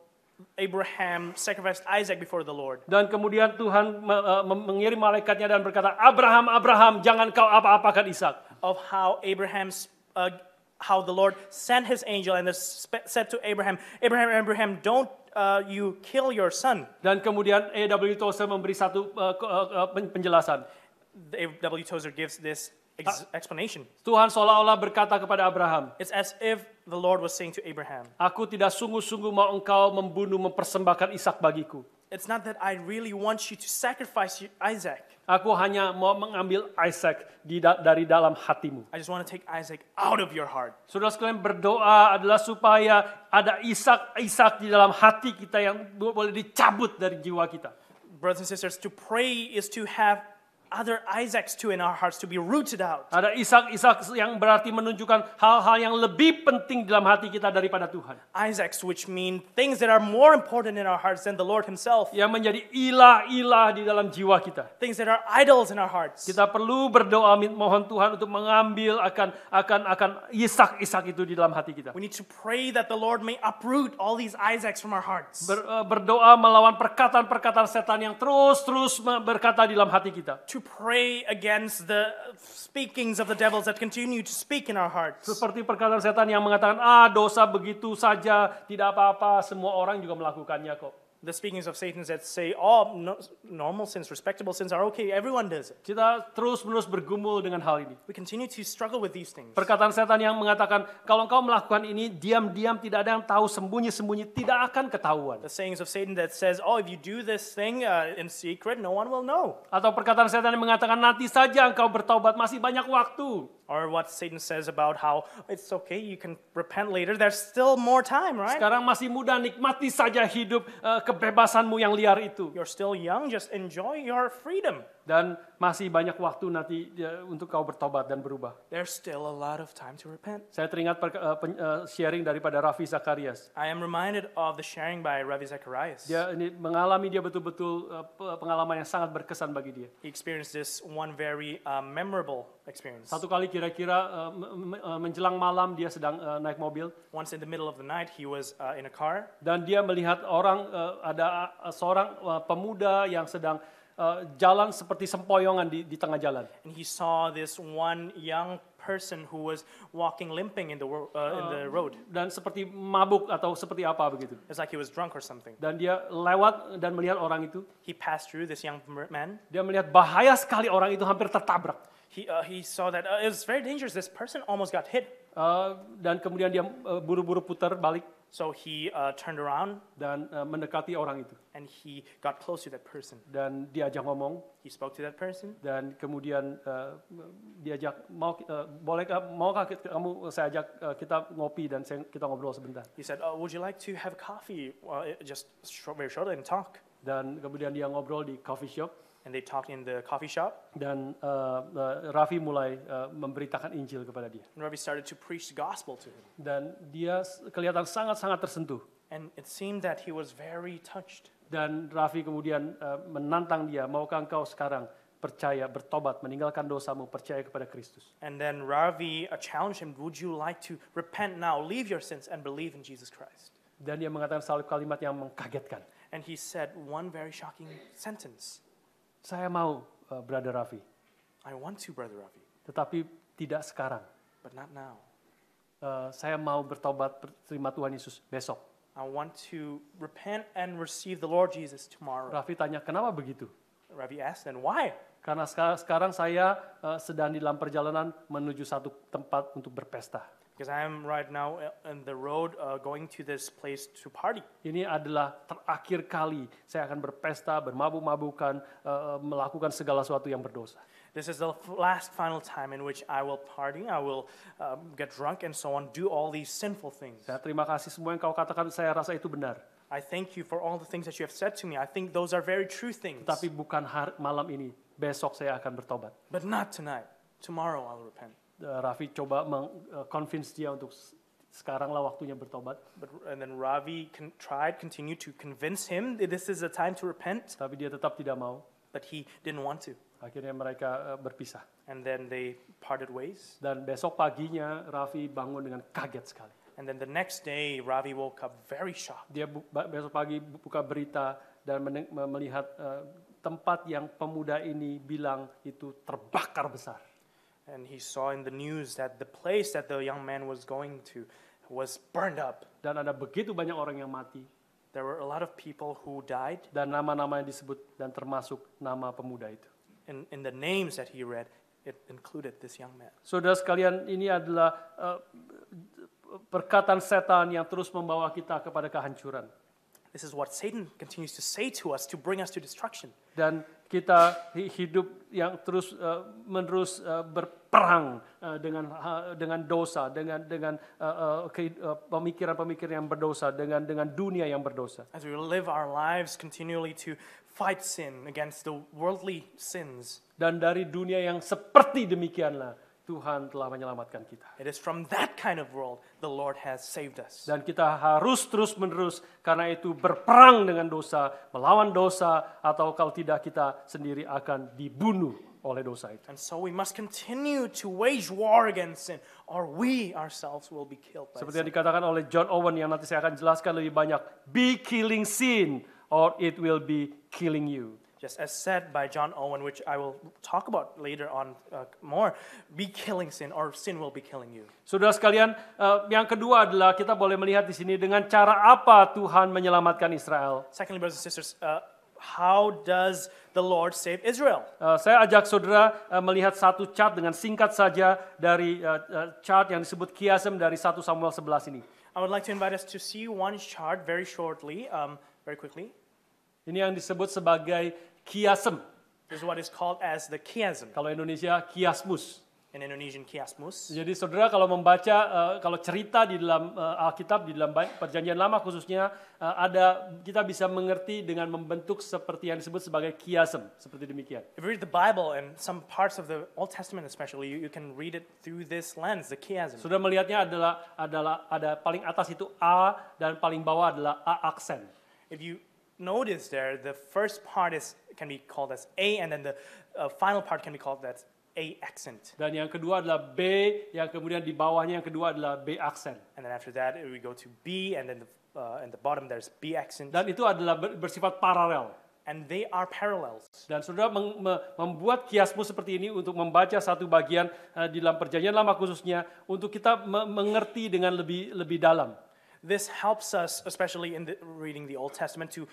S2: Abraham sacrificed Isaac before the Lord.
S1: Dan kemudian Tuhan me- uh, mem- mengirim malaikatnya dan berkata, Abraham, Abraham, jangan kau apa-apakan Ishak.
S2: of how Abraham's uh, how the Lord sent his angel and sp- said to Abraham, Abraham, Abraham, don't uh, you kill your son.
S1: Dan kemudian A.W. Tozer memberi satu uh, ke- uh, uh, pen- penjelasan.
S2: The A.W. Tozer gives this ex- explanation.
S1: Tuhan seolah-olah berkata kepada Abraham,
S2: It's as if the Lord was saying to Abraham,
S1: Aku tidak sungguh-sungguh mau engkau membunuh, mempersembahkan Ishak bagiku.
S2: It's not that I really want you to sacrifice your- Isaac.
S1: Aku hanya mau mengambil Ishak di da- dari dalam hatimu.
S2: I just want to take Isaac out of your heart.
S1: Saudara sekalian berdoa adalah supaya ada Ishak Ishak di dalam hati kita yang bo- boleh dicabut dari jiwa kita.
S2: Brothers and sisters, to pray is to have other Isaacs too in our hearts to be rooted out.
S1: Ada Ishak Ishak yang berarti menunjukkan hal-hal yang lebih penting dalam hati kita daripada Tuhan.
S2: Isaacs, which mean things that are more important in our hearts than the Lord Himself.
S1: Yang menjadi ilah-ilah di dalam jiwa kita.
S2: things that are idols in our hearts.
S1: Kita perlu berdoa min- mohon Tuhan untuk mengambil akan akan akan Ishak Ishak itu di dalam hati kita.
S2: We need to pray that the Lord may uproot all these Isaacs from our hearts.
S1: Ber- eh, berdoa melawan perkataan-perkataan setan yang terus-terus me- berkata di dalam hati kita.
S2: to pray against the speakings of the devils that continue to speak in our hearts.
S1: Seperti perkataan setan yang mengatakan, ah dosa begitu saja, tidak apa-apa, semua orang juga melakukannya kok.
S2: The speakings of Satan that say, oh, no, normal sins, respectable sins are okay, everyone does it.
S1: Kita terus-menerus bergumul dengan hal ini.
S2: We continue to struggle with these things.
S1: Perkataan setan yang mengatakan, kalau engkau melakukan ini, diam-diam tidak ada yang tahu, sembunyi-sembunyi, tidak akan ketahuan.
S2: The sayings of Satan that says, oh, if you do this thing uh, in secret, no one will know.
S1: Atau perkataan setan yang mengatakan, nanti saja engkau bertaubat, masih banyak waktu.
S2: Or what Satan says about how it's okay, you can repent later, there's still more time, right?
S1: Sekarang masih muda, nikmati saja hidup eh, kebebasanmu yang liar itu.
S2: You're still young, just enjoy your freedom.
S1: Dan masih banyak waktu nanti eh, untuk kau bertobat dan berubah.
S2: There's still a lot of time to repent.
S1: Saya teringat perka- eh, pen- eh, sharing daripada Raffi Zakarias.
S2: I am reminded of the sharing by Ravi Zacharias.
S1: Dia ini mengalami dia betul-betul uh, pe- pengalaman yang sangat berkesan bagi dia.
S2: He experienced this one very uh, memorable experience.
S1: Satu kali kira-kira uh, me- me- uh, menjelang malam dia sedang uh, naik mobil
S2: Once in the middle of the night, he was uh, in a car
S1: dan dia melihat orang uh, ada uh, seorang uh, pemuda yang sedang uh, jalan seperti sempoyongan di, di tengah jalan.
S2: and he saw this one young person who was walking limping in the, wor- uh, in the road.
S1: Dan seperti mabuk atau seperti apa begitu.
S2: It's like he was drunk or something.
S1: Dan dia lewat dan melihat orang itu.
S2: He passed through this young mer- man.
S1: Dia melihat bahaya sekali orang itu hampir tertabrak.
S2: He, uh, he saw that uh, it was very dangerous. This person almost got hit.
S1: Uh, dan kemudian dia uh, buru-buru putar balik
S2: So he uh, turned around
S1: dan uh, mendekati orang itu.
S2: and he got close to that person.
S1: Dan diajak ngomong.
S2: He spoke to that person.
S1: dan kemudian eh, diajak mau eh, bolehkah maukah ki- kamu saya ajak eh, kita ngopi dan saya- kita ngobrol sebentar
S2: He said, oh, Would you like to have coffee? Well, it- just short, very shortly and talk.
S1: dan kemudian dia ngobrol di coffee shop
S2: And they talked in the coffee shop.
S1: dan eh, eh, Raffi mulai eh, memberitakan Injil kepada dia
S2: And Ravi started to preach the gospel to him.
S1: dan dia s- kelihatan sangat-sangat tersentuh
S2: And it seemed that he was very touched.
S1: dan Raffi kemudian eh, menantang dia maukah engkau sekarang percaya bertobat meninggalkan dosamu percaya kepada Kristus
S2: And then Ravi uh, challenged him, Would you like to repent now, leave your sins, and believe in Jesus Christ?
S1: dan dia mengatakan satu kalimat yang mengkagetkan
S2: And he said one very shocking sentence
S1: saya mau eh, brother Raffi
S2: I want to, Brother Ravi,
S1: tetapi tidak sekarang
S2: but not now.
S1: Eh, saya mau bertobat terima Tuhan Yesus besok.
S2: I want to repent and receive the Lord Jesus tomorrow.
S1: Raffi tanya, kenapa begitu?
S2: Ravi asked, then why?
S1: Karena seka- sekarang saya eh, sedang di dalam perjalanan menuju satu tempat untuk berpesta.
S2: Because I am right now uh, on the road uh, going to this place to party.
S1: Ini adalah terakhir kali saya akan berpesta, bermabuk-mabukan, eh, melakukan segala sesuatu yang berdosa.
S2: This is the f- last final time in which I will party, I will um, get drunk and so on, do all these sinful things.
S1: Saya Ya, terima kasih semua yang kau katakan, saya rasa itu benar.
S2: I thank you for all the things that you have said to me. I think those are very true things.
S1: Tapi bukan har- malam ini, besok saya akan bertobat.
S2: But not tonight. Tomorrow I'll repent.
S1: Eh, Raffi coba meng- eh, convince dia untuk "S- sekaranglah waktunya bertobat.
S2: But, and then Ravi con- tried, continued to convince him that this is a time to repent,
S1: Tapi dia tetap tidak mau.
S2: but he didn't want to.
S1: Akhirnya mereka eh, berpisah.
S2: And then they parted ways.
S1: Dan besok paginya Raffi bangun dengan kaget sekali.
S2: And then the next day, Ravi woke up very shocked.
S1: Dia bu- ba- besok pagi bu- buka berita dan meneng- me- melihat eh, tempat yang pemuda ini bilang itu terbakar besar.
S2: And he saw in the news that the place that the young man was going to was burned up.
S1: Dan ada begitu banyak orang yang mati
S2: There were a lot of people who died,
S1: dan nama-nama yang disebut dan termasuk nama pemuda itu.
S2: and in the names that he read, it included this young man.
S1: Saudara sekalian, ini adalah eh, perkataan setan yang terus membawa kita kepada kehancuran.
S2: This is what Satan continues to say to us to bring us to destruction.
S1: Dan kita hi- hidup yang terus eh, menerus eh, berperang eh, dengan ha- dengan dosa, dengan dengan eh, eh, ke- eh, pemikiran-pemikiran yang berdosa, dengan dengan dunia yang berdosa.
S2: As we live our lives continually to fight sin against the worldly sins,
S1: Dan dari dunia yang seperti demikianlah Tuhan telah menyelamatkan kita.
S2: it is from that kind of world the Lord has saved us.
S1: Dan kita harus terus-menerus karena itu berperang dengan dosa, melawan dosa, atau kalau tidak kita sendiri akan dibunuh oleh dosa itu.
S2: And so we must continue to wage war against sin, or we ourselves will be killed by
S1: Seperti
S2: sin.
S1: yang dikatakan oleh John Owen yang nanti saya akan jelaskan lebih banyak. Be killing sin or it will be killing you.
S2: Just as said by John Owen, which I will talk about later on uh, more, be killing sin, or sin will be killing you.
S1: Saudara sekalian, eh, yang kedua adalah kita boleh melihat di sini dengan cara apa Tuhan menyelamatkan Israel.
S2: Secondly, brothers and sisters, uh, how does the Lord save Israel?
S1: Eh, saya ajak saudara eh, melihat satu chart dengan singkat saja dari eh, eh, chart yang disebut kiasem dari 1 Samuel 11 ini.
S2: I would like to invite us to see one chart very shortly, um, very quickly.
S1: Ini yang disebut sebagai kiasem.
S2: This is what is called as the chiasm
S1: Kalau Indonesia kiasmus.
S2: in Indonesian chiasmus.
S1: Jadi saudara kalau membaca eh, kalau cerita di dalam eh, Alkitab di dalam Ba- Perjanjian Lama khususnya eh, ada kita bisa mengerti dengan membentuk seperti yang disebut sebagai kiasem seperti demikian.
S2: If you read the Bible and some parts of the Old Testament, especially, you, you can read it through this lens, the chiasm.
S1: Saudara melihatnya adalah adalah ada paling atas itu A dan paling bawah adalah A aksen.
S2: If you notice there, the first part is can be called as A, and then the uh, final part can be called as A accent.
S1: Dan yang kedua adalah B, yang kemudian di bawahnya yang kedua adalah B aksen.
S2: And then after that, we go to B, and then the, uh, in the bottom there's B accent,
S1: Dan itu adalah ber- bersifat paralel.
S2: and they are parallels.
S1: Dan saudara meng- me- membuat kiasmu seperti ini untuk membaca satu bagian eh, di dalam perjanjian lama khususnya untuk kita me- mengerti dengan lebih lebih dalam.
S2: This helps us, especially in the, reading the Old Testament, to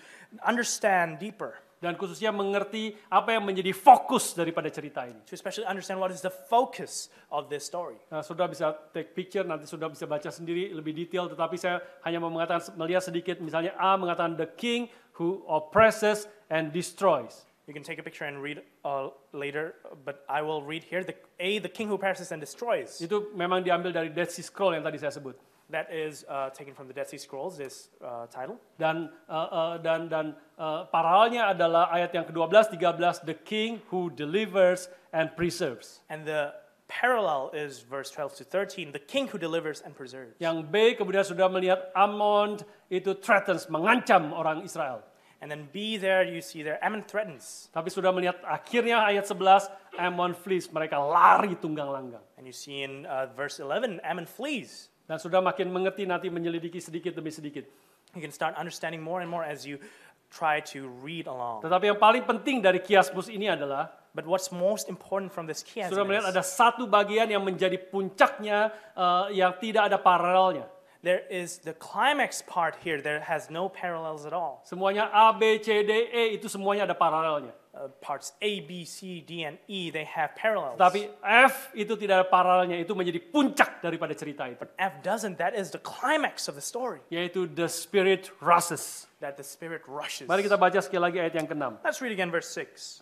S2: understand deeper,
S1: Dan khususnya mengerti apa yang menjadi fokus daripada cerita ini.
S2: to especially understand what is the focus of this story.
S1: Nah, saudara bisa take picture, nanti saudara bisa baca sendiri lebih detail. Tetapi saya hanya mau mengatakan melihat sedikit, misalnya A mengatakan the king who oppresses and destroys.
S2: You can take a picture and read uh, later, but I will read here the A, the king who perishes and destroys.
S1: Itu memang diambil dari Dead Sea Scroll yang tadi saya sebut.
S2: That is uh, taken from the Dead Sea Scrolls, this uh, title.
S1: dan eh, eh, dan dan eh, paralelnya adalah ayat yang ke-12 13 the king who delivers and preserves.
S2: And the parallel is verse 12 to 13, the king who delivers and preserves.
S1: Yang B kemudian sudah melihat Ammon itu threatens mengancam orang Israel.
S2: And then B there, you see there, Ammon threatens.
S1: Tapi sudah melihat akhirnya ayat 11 Ammon flees, mereka lari tunggang-langgang.
S2: And you see in uh, verse 11, Ammon flees.
S1: Dan sudah makin mengerti nanti menyelidiki sedikit demi sedikit.
S2: You can start understanding more and more as you try to read along.
S1: Tetapi yang paling penting dari kiasmus ini adalah
S2: But what's most important from this chiasm
S1: sudah melihat
S2: is
S1: ada satu bagian yang menjadi puncaknya eh, yang tidak ada paralelnya.
S2: There is the climax part here. There has no parallels at all.
S1: Semuanya A, B, C, D, E itu semuanya ada paralelnya.
S2: Uh, parts A, B, C, D, and E they have parallels.
S1: Tapi F itu tidak ada paralelnya, itu menjadi puncak daripada cerita itu.
S2: F doesn't. That is the climax of the story
S1: Yaitu the spirit rushes.
S2: that the spirit rushes.
S1: Mari kita baca sekali lagi ayat yang keenam.
S2: Let's read again verse six.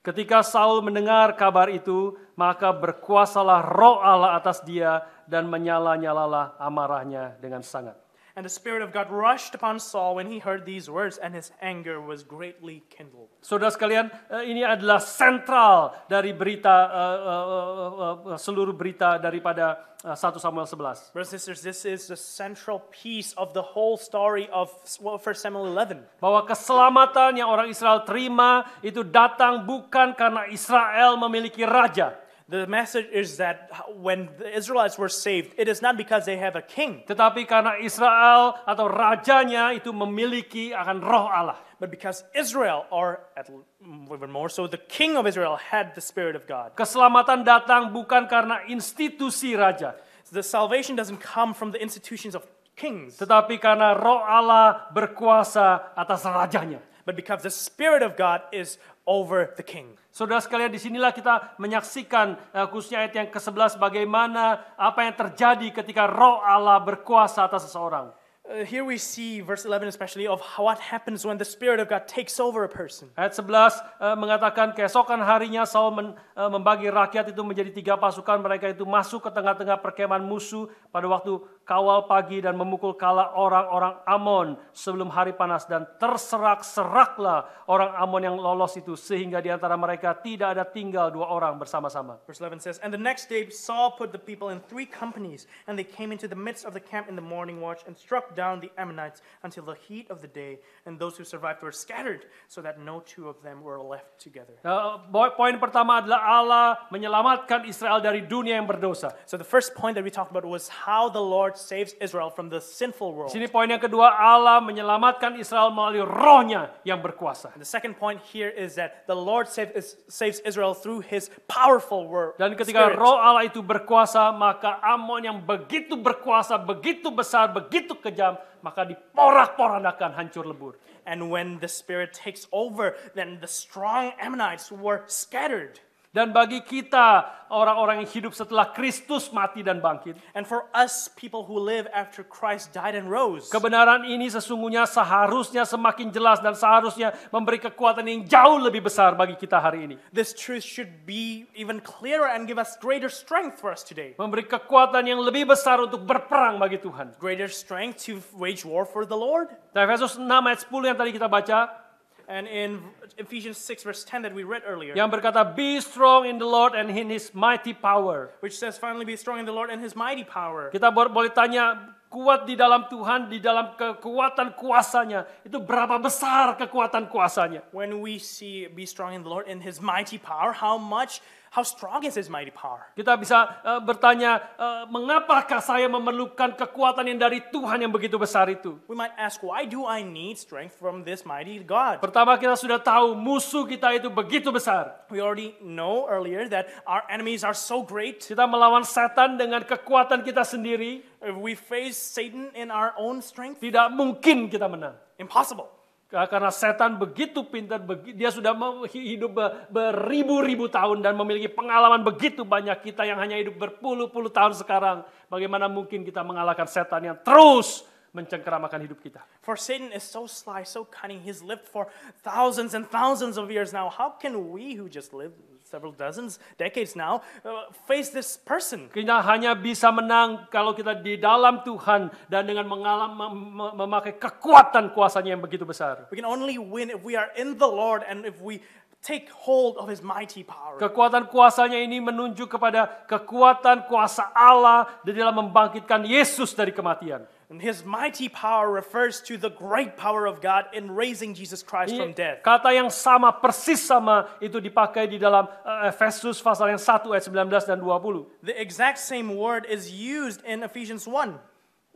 S1: Ketika Saul mendengar kabar itu, maka berkuasalah roh Allah atas dia dan menyala-nyalalah amarahnya dengan sangat.
S2: And the Spirit of God rushed upon Saul when he heard these words, and his anger was greatly kindled.
S1: Saudara sekalian, eh, ini adalah sentral dari berita eh, eh, eh, eh, seluruh berita daripada eh, 1 Samuel 11.
S2: Brothers and sisters, this is the central piece of the whole story of well, 1 Samuel 11.
S1: Bahwa keselamatan yang orang Israel terima itu datang bukan karena Israel memiliki raja,
S2: The message is that when the Israelites were saved, it is not because they have a king,
S1: tetapi karena Israel atau rajanya itu memiliki akan roh Allah.
S2: but because Israel, or at l- mm, even more so, the king of Israel had the Spirit of God.
S1: Keselamatan datang bukan karena institusi raja,
S2: The salvation doesn't come from the institutions of kings,
S1: tetapi karena roh Allah berkuasa atas rajanya.
S2: but because the Spirit of God is over the king.
S1: Saudara sekalian, disinilah kita menyaksikan eh, khususnya ayat yang ke-11 bagaimana apa yang terjadi ketika roh Allah berkuasa atas seseorang.
S2: Uh, here we see verse 11 especially of how- what happens when the spirit of god takes over a person
S1: Ayat 11 eh, mengatakan keesokan harinya Saul men- eh, membagi rakyat itu menjadi tiga pasukan. Mereka itu masuk ke tengah-tengah perkemahan musuh pada waktu kawal pagi dan memukul kala orang-orang Amon sebelum hari panas. Dan terserak-seraklah orang Amon yang lolos itu sehingga di antara mereka tidak ada tinggal dua orang bersama-sama.
S2: verse 11 says and the next day saul put the people in three companies and they came into the midst of the camp in the morning watch and struck down the ammonites until the heat of the day and those who survived were scattered so that no two of them were left together
S1: Nah, bo- Poin pertama adalah Allah menyelamatkan Israel dari dunia yang berdosa.
S2: so the first point that we talked about was how the lord saves israel from the sinful world
S1: Di sini poin yang kedua Allah menyelamatkan Israel melalui rohnya yang berkuasa.
S2: and the second point here is that the lord save, is, saves israel through his powerful word
S1: Dan ketika roh Allah itu berkuasa, maka Amon yang begitu berkuasa, begitu besar, begitu kejam, maka diporak-porandakan hancur lebur.
S2: And when the Spirit takes over, then the strong Ammonites were scattered.
S1: Dan bagi kita, orang-orang yang hidup setelah Kristus mati dan bangkit,
S2: And for us, people who live after Christ died and rose,
S1: kebenaran ini sesungguhnya seharusnya semakin jelas dan seharusnya memberi kekuatan yang jauh lebih besar bagi kita hari ini.
S2: this truth should be even clearer and give us greater strength for us today.
S1: memberi kekuatan yang lebih besar untuk berperang bagi Tuhan.
S2: Greater strength to wage war for the Lord.
S1: Nah, Efesus 6 ayat 10 yang tadi kita baca
S2: And in Ephesians 6, verse 10, that we read earlier,
S1: yang berkata be strong in the Lord and in his mighty power.
S2: which says, Finally be strong in the Lord and his mighty power.
S1: Kita bo- boleh tanya kuat di dalam Tuhan, di dalam kekuatan kuasanya. Itu berapa besar kekuatan kuasanya?
S2: When we see be strong in the Lord in his mighty power, how much, how strong is his mighty power?
S1: Kita bisa eh, bertanya eh, mengapakah saya memerlukan kekuatan yang dari Tuhan yang begitu besar itu?
S2: We might ask, why do I need strength from this mighty God?
S1: Pertama kita sudah tahu musuh kita itu begitu besar.
S2: We already know earlier that our enemies are so great.
S1: Kita melawan setan dengan kekuatan kita sendiri.
S2: If we face Satan in our own strength,
S1: Tidak mungkin kita menang.
S2: impossible.
S1: Ka- Karena setan begitu pintar, begi- dia sudah mem- hidup be- beribu-ribu tahun dan memiliki pengalaman begitu banyak kita yang hanya hidup berpuluh-puluh tahun sekarang. Bagaimana mungkin kita mengalahkan setan yang terus mencengkeramakan hidup kita?
S2: For Satan is so sly, so cunning. He's lived for thousands and thousands of years now. How can we, who just lived several dozens, decades now, uh, face this person?
S1: Kita hanya bisa menang kalau kita di dalam Tuhan dan dengan mengalam, mem- mem- memakai kekuatan kuasanya yang begitu besar.
S2: We can only win if we are in the Lord and if we take hold of his mighty power.
S1: Kekuatan kuasanya ini menunjuk kepada kekuatan kuasa Allah di dalam membangkitkan Yesus dari kematian.
S2: And his mighty power refers to the great power of God in raising Jesus Christ from death.
S1: Kata yang sama persis sama itu dipakai di dalam eh, Efesus pasal yang 1 ayat 19 dan 20.
S2: The exact same word is used in Ephesians 1,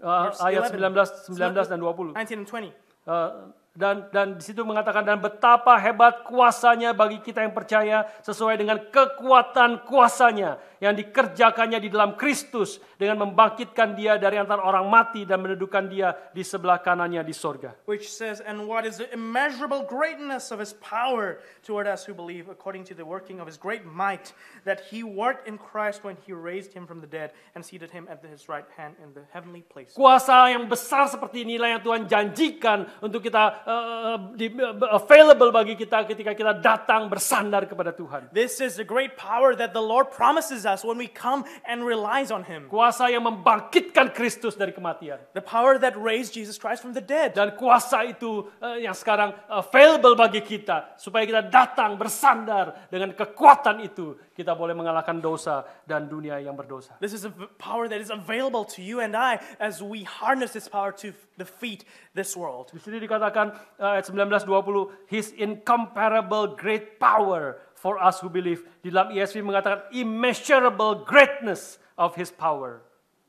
S1: Eh, ayat 19, 19
S2: 11.
S1: dan 20.
S2: 19 and 20.
S1: Eh, dan dan di situ mengatakan dan betapa hebat kuasanya bagi kita yang percaya sesuai dengan kekuatan kuasanya yang dikerjakannya di dalam Kristus dengan membangkitkan dia dari antara orang mati dan mendudukan dia di sebelah kanannya di sorga.
S3: which says, And what is the immeasurable greatness of his power toward us who believe, according to the working of his great might, that he worked in Christ when he raised him from the dead and seated him at his right hand in the heavenly place.
S1: Kuasa yang besar seperti inilah yang Tuhan janjikan untuk kita eh, di- available bagi kita ketika kita datang bersandar kepada Tuhan.
S2: This is the great power that the Lord promises us when we come and relies on Him.
S1: Kuasa yang membangkitkan Kristus dari kematian.
S2: The power that raised Jesus Christ from the dead.
S1: Dan kuasa itu eh, yang sekarang available bagi kita. Supaya kita datang bersandar dengan kekuatan itu. Kita boleh mengalahkan dosa dan dunia yang berdosa.
S2: This is a v- power that is available to you and I as we harness this power to f- defeat this world.
S1: Di sini dikatakan eh, ayat 1920, His incomparable great power for us who believe. Di dalam ESV mengatakan immeasurable greatness of His power.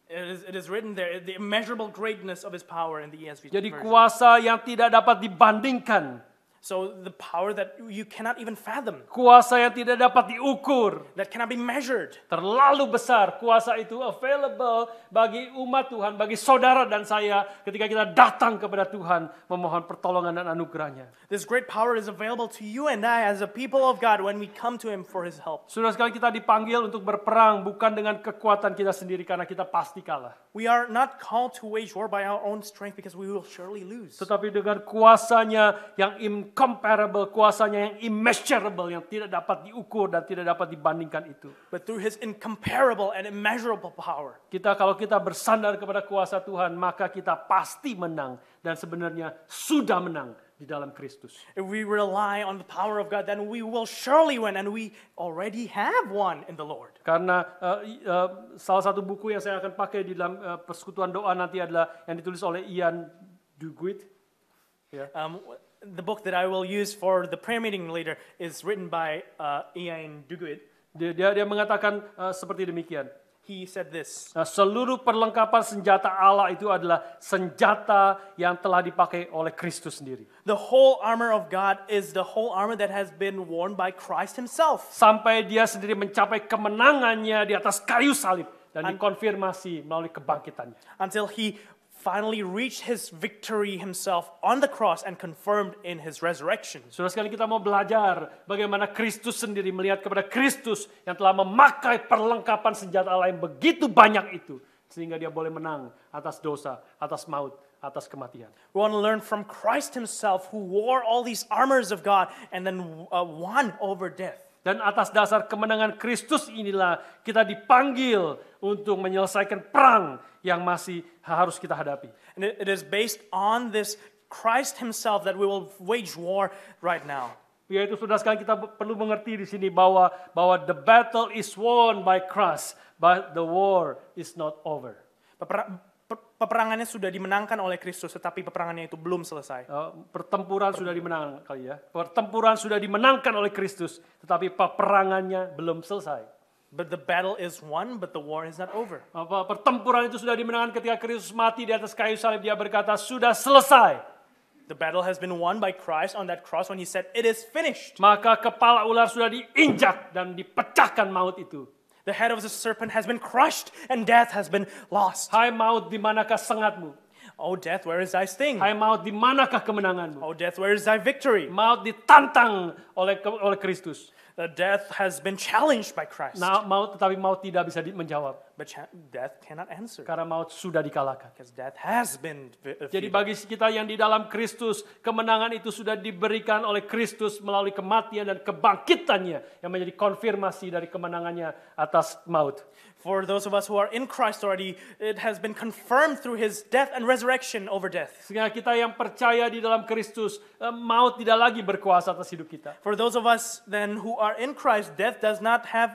S2: It is, it is written there, the immeasurable greatness of His power in the ESV.
S1: Jadi
S2: version.
S1: kuasa yang tidak dapat dibandingkan.
S2: So the power that you cannot even fathom,
S1: Kuasa yang tidak dapat diukur.
S2: that cannot be measured.
S1: Terlalu besar kuasa itu available bagi umat Tuhan, bagi saudara dan saya ketika kita datang kepada Tuhan memohon pertolongan dan anugerahnya.
S2: This great power is available to you and I as a people of God when we come to Him for His help.
S1: Sudah sekali kita dipanggil untuk berperang bukan dengan kekuatan kita sendiri karena kita pasti kalah.
S2: We are not called to wage war by our own strength because we will surely lose.
S1: Tetapi dengan kuasanya yang incomparable, kuasanya yang immeasurable, yang tidak dapat diukur dan tidak dapat dibandingkan itu.
S2: But through His incomparable and immeasurable power,
S1: Kita kalau kita bersandar kepada kuasa Tuhan, maka kita pasti menang. Dan sebenarnya sudah menang di dalam Kristus.
S2: if we rely on the power of God, then we will surely win, and we already have won in the Lord.
S1: Karena eh, i- eh, salah satu buku yang saya akan pakai di dalam eh, persekutuan doa nanti adalah yang ditulis oleh Ian Duguid.
S2: Um, the book that I will use for the prayer meeting later is written by uh, Ian Duguid.
S1: Dia dia, dia mengatakan eh, seperti demikian.
S2: He said this.
S1: Nah, seluruh perlengkapan senjata Allah itu adalah senjata yang telah dipakai oleh Kristus sendiri.
S2: The whole armor of God is the whole armor that has been worn by Christ himself
S1: Sampai dia sendiri mencapai kemenangannya di atas kayu salib dan dikonfirmasi melalui kebangkitannya.
S2: until he finally reached his victory himself on the cross and confirmed in his resurrection.
S1: Saudara sekali kita mau belajar bagaimana Kristus sendiri melihat kepada Kristus yang telah memakai perlengkapan senjata Allah yang begitu banyak itu sehingga dia boleh menang atas dosa, atas maut, atas kematian.
S2: We want to learn from Christ himself who wore all these armors of God and then uh, won over death.
S1: Dan atas dasar kemenangan Kristus inilah kita dipanggil untuk menyelesaikan perang yang masih harus kita hadapi.
S2: And it- it is based on this Christ himself that we will wage war right now.
S1: Yaitu sudah sekali kita perlu mengerti di sini bahwa bahwa the battle is won by Christ, but the war is not over.
S2: Pepera- pe- peperangannya sudah dimenangkan oleh Kristus tetapi peperangannya itu belum selesai.
S1: Eh, pertempuran sudah dimenangkan kali ya. Pertempuran sudah dimenangkan oleh Kristus, tetapi peperangannya belum selesai.
S2: But the battle is won but the war is not over.
S1: Apa Eh, pertempuran itu sudah dimenangkan ketika Kristus mati di atas kayu salib dia berkata sudah selesai.
S2: The battle has been won by Christ on that cross when he said, It is finished.
S1: Maka kepala ular sudah diinjak dan dipecahkan maut itu.
S2: The head of the serpent has been crushed, and death has been lost.
S1: Hai maut, di manakah sengatmu?
S2: O death, where is thy sting?
S1: Hai maut, di manakah kemenanganmu?
S2: O death, where is thy victory?
S1: Maut ditantang oleh oleh Kristus.
S2: The death has been challenged by Christ,
S1: Nah, maut tetapi maut tidak bisa di- menjawab
S2: but cha- death cannot answer
S1: karena maut sudah dikalahkan.
S2: because death has been. vi-
S1: Jadi
S2: defeated.
S1: bagi kita yang di dalam Kristus, kemenangan itu sudah diberikan oleh Kristus melalui kematian dan kebangkitannya yang menjadi konfirmasi dari kemenangannya atas maut.
S2: For those of us who are in Christ already, it has been confirmed through his death and resurrection over death.
S1: Sehingga kita yang percaya di dalam Kristus, eh, maut tidak lagi berkuasa atas hidup kita.
S2: For those of us then who are in Christ, death does not have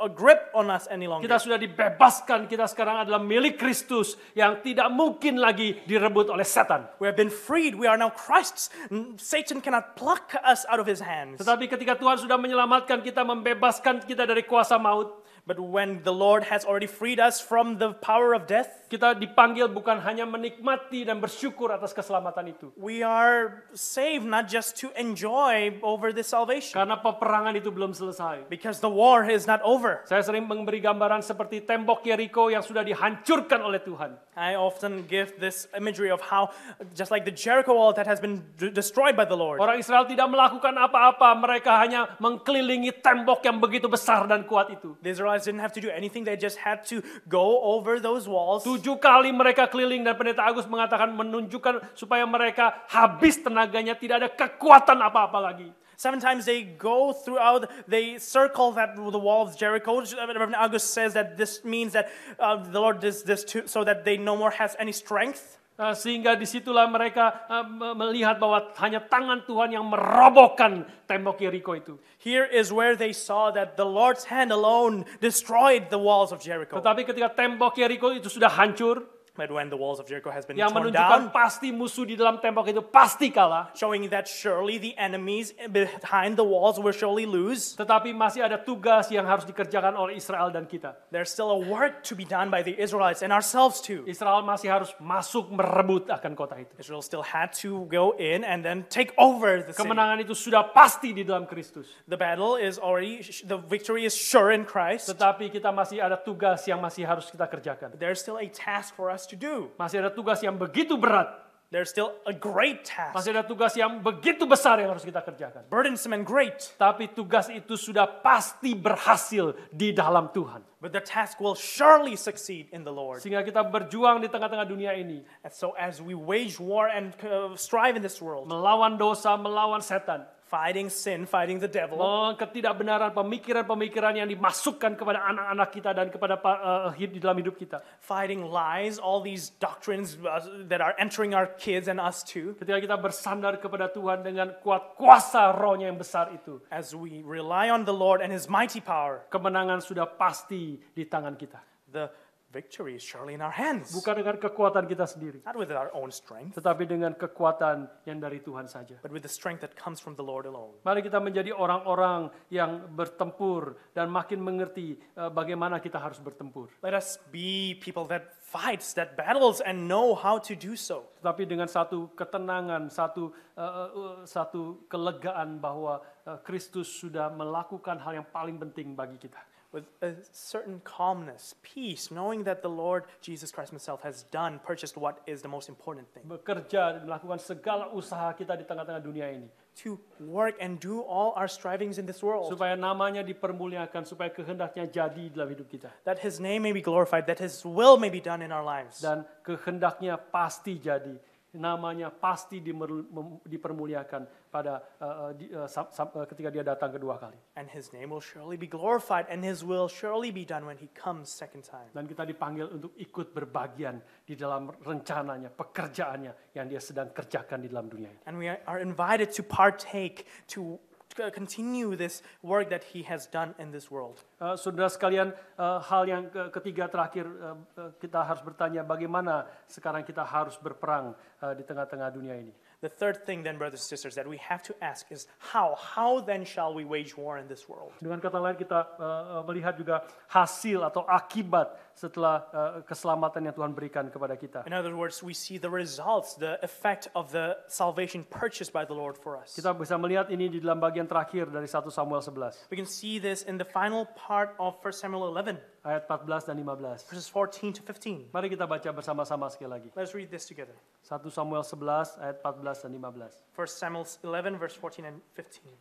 S2: a grip on us any longer.
S1: Kita sudah dibebaskan, kita sekarang adalah milik Kristus yang tidak mungkin lagi direbut oleh setan.
S2: We have been freed. We are now Christ's. N- Satan cannot pluck us out of his hands.
S1: Tetapi ketika Tuhan sudah menyelamatkan kita, membebaskan kita dari kuasa maut,
S2: But when the Lord has already freed us from the power of death,
S1: Kita dipanggil bukan hanya menikmati dan bersyukur atas keselamatan itu.
S2: we are saved not just to enjoy over this salvation
S1: Karena peperangan itu belum selesai.
S2: because the war is not over.
S1: Saya sering memberi gambaran seperti tembok Yeriko yang sudah dihancurkan oleh Tuhan.
S2: I often give this imagery of how, just like the Jericho wall that has been d- destroyed by the Lord,
S1: Orang Israel tidak melakukan apa-apa, mereka hanya mengkelilingi tembok yang begitu besar dan kuat itu.
S2: the Israelites didn't have to do anything, they just had to go over those walls.
S1: Tujuh kali mereka keliling dan pendeta Agus mengatakan menunjukkan supaya mereka habis tenaganya, tidak ada kekuatan apa-apa lagi.
S2: Seven times they go throughout, they circle that the wall of Jericho. Reverend August says that this means that uh, the Lord does this too, so that they no more has any strength.
S1: Nah, Sehingga disitulah mereka eh, me- melihat bahwa hanya tangan Tuhan yang merobohkan tembok Yeriko itu.
S2: Here is where they saw that the Lord's hand alone destroyed the walls of Jericho.
S1: Tetapi ketika tembok Yeriko itu sudah hancur,
S2: But when the walls of Jericho has been
S1: yang
S2: torn
S1: menunjukkan
S2: down,
S1: pasti musuh di dalam tembok itu pasti kalah.
S2: showing that surely the enemies behind the walls will surely lose.
S1: Tetapi masih ada tugas yang harus dikerjakan oleh Israel dan kita.
S2: There's still a work to be done by the Israelites and ourselves too.
S1: Israel masih harus masuk merebut akan kota itu.
S2: Israel still had to go in and then take over the city.
S1: Kemenangan itu sudah pasti di dalam Kristus.
S2: The battle is already, the victory is sure in Christ.
S1: Tetapi kita masih ada tugas yang masih harus kita kerjakan.
S2: There's still a task for us to do.
S1: Masih ada tugas yang begitu berat.
S2: There's still a great task,
S1: Masih ada tugas yang begitu besar yang harus kita kerjakan.
S2: burdensome and great,
S1: Tapi tugas itu sudah pasti berhasil di dalam Tuhan.
S2: but the task will surely succeed in the Lord.
S1: Sehingga kita berjuang di tengah-tengah dunia ini.
S2: And so, as we wage war and uh, strive in this world,
S1: Melawan dosa, melawan setan.
S2: fighting sin, fighting the devil,
S1: Melawan ketidakbenaran pemikiran-pemikiran yang dimasukkan kepada anak-anak kita dan kepada uh, hid- di dalam hidup kita.
S2: fighting lies, all these doctrines uh, that are entering our kids and us too,
S1: Ketika kita bersandar kepada Tuhan dengan kuat kuasa rohnya yang besar itu.
S2: as we rely on the Lord and His mighty power,
S1: Kemenangan sudah pasti di tangan kita.
S2: the victory is surely in our hands.
S1: Bukan dengan kekuatan kita sendiri.
S2: Not with our own strength,
S1: Tetapi dengan kekuatan yang dari Tuhan saja.
S2: but with the strength that comes from the Lord alone.
S1: Mari kita menjadi orang-orang yang bertempur dan makin mengerti eh, bagaimana kita harus bertempur.
S2: Let us be people that fights, that battles, and know how to do so.
S1: Tetapi dengan satu ketenangan, satu eh, eh, eh, satu kelegaan bahwa eh, Kristus sudah melakukan hal yang paling penting bagi kita.
S2: With a certain calmness, peace, knowing that the Lord Jesus Christ Himself has done, purchased what is the most important thing.
S1: Bekerja dan melakukan segala usaha kita di tengah-tengah dunia ini
S2: To work and do all our strivings in this world,
S1: supaya namanya dipermuliakan, supaya kehendaknya jadi dalam hidup kita
S2: that His name may be glorified, that His will may be done in our lives.
S1: dan kehendaknya pasti jadi. Namanya pasti dimerlu- mem- dipermuliakan pada eh, eh, di- eh, sam- sam- eh, ketika dia datang kedua kali.
S2: And His name will surely be glorified, and His will surely be done when He comes second time.
S1: dan kita dipanggil untuk ikut berbagian di dalam rencananya, pekerjaannya yang dia sedang kerjakan di dalam dunia ini.
S2: And we are invited to partake, to uh, continue this work that He has done in this world.
S1: Eh, saudara sekalian, eh, hal yang ke- ketiga terakhir eh, eh, kita harus bertanya bagaimana sekarang kita harus berperang eh, di tengah-tengah dunia ini.
S2: The third thing, then, brothers and sisters, that we have to ask is how? How then shall we wage war in this world?
S1: Dengan kata lain kita eh, eh, melihat juga hasil atau akibat setelah eh, keselamatan yang Tuhan berikan kepada kita.
S2: In other words, we see the results, the effect of the salvation purchased by the Lord for us.
S1: Kita bisa melihat ini di dalam bagian terakhir dari 1 Samuel 11
S2: We can see this in the final part of 1 Samuel 11,
S1: ayat 14 dan 15.
S2: verses 14 to 15.
S1: Mari kita baca bersama-sama sekali lagi.
S2: Let's read this together.
S1: 1 Samuel 11 ayat 14 dan 15.
S2: 1 Samuel 11, verse 14 and 15.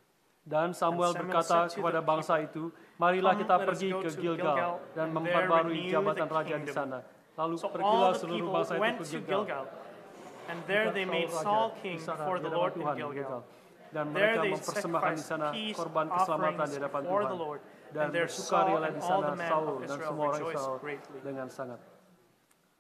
S1: Dan Samuel
S2: Samuel
S1: berkata
S2: said to
S1: kepada
S2: the
S1: bangsa itu, marilah
S2: "Come,
S1: kita
S2: let us
S1: pergi
S2: go
S1: ke
S2: to Gilgal,
S1: Gilgal dan
S2: and there
S1: memperbarui
S2: renew
S1: jabatan
S2: the
S1: raja di
S2: kingdom."
S1: sana. Lalu
S2: So all
S1: pergilah
S2: the
S1: seluruh
S2: people
S1: bangsa
S2: went
S1: itu
S2: to
S1: ke Gilgal.
S2: Gilgal, and there they made
S1: Saul
S2: Saul
S1: raja
S2: king
S1: di sana,
S2: before
S1: di
S2: the
S1: hadapan
S2: Lord in
S1: Tuhan di Gilgal.
S2: Gilgal.
S1: Dan
S2: There
S1: mereka
S2: they
S1: mempersembahkan di
S2: sacrificed
S1: sana
S2: peace
S1: korban keselamatan
S2: offerings
S1: di hadapan
S2: before
S1: Tuhan.
S2: the Lord.
S1: Dan
S2: And there Saul
S1: bersukarialah
S2: and
S1: di
S2: all
S1: sana
S2: the men
S1: Saul
S2: of
S1: dan
S2: Israel
S1: semua orang
S2: rejoiced
S1: Israel
S2: greatly.
S1: dengan sangat.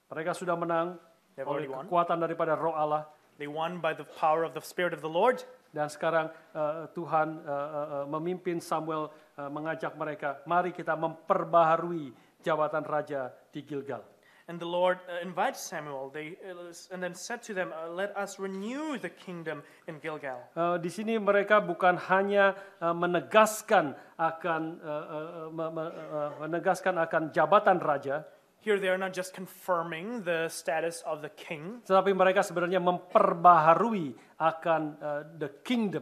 S1: Mereka sudah menang
S2: They've
S1: oleh
S2: already won.
S1: kekuatan daripada roh Allah.
S2: They won by the power of the Spirit of the Lord.
S1: Dan sekarang eh, Tuhan eh, eh, eh, memimpin Samuel eh, mengajak mereka, mari kita memperbaharui jabatan raja di Gilgal.
S2: And the Lord uh, invites Samuel they, uh, and then said to them, uh, Let us renew the kingdom in Gilgal.
S1: Eh, di sini mereka bukan hanya eh, menegaskan akan eh, eh, me- me- eh, menegaskan akan jabatan raja,
S2: Here they are not just confirming the status of the king,
S1: tetapi mereka sebenarnya memperbaharui akan eh, the kingdom.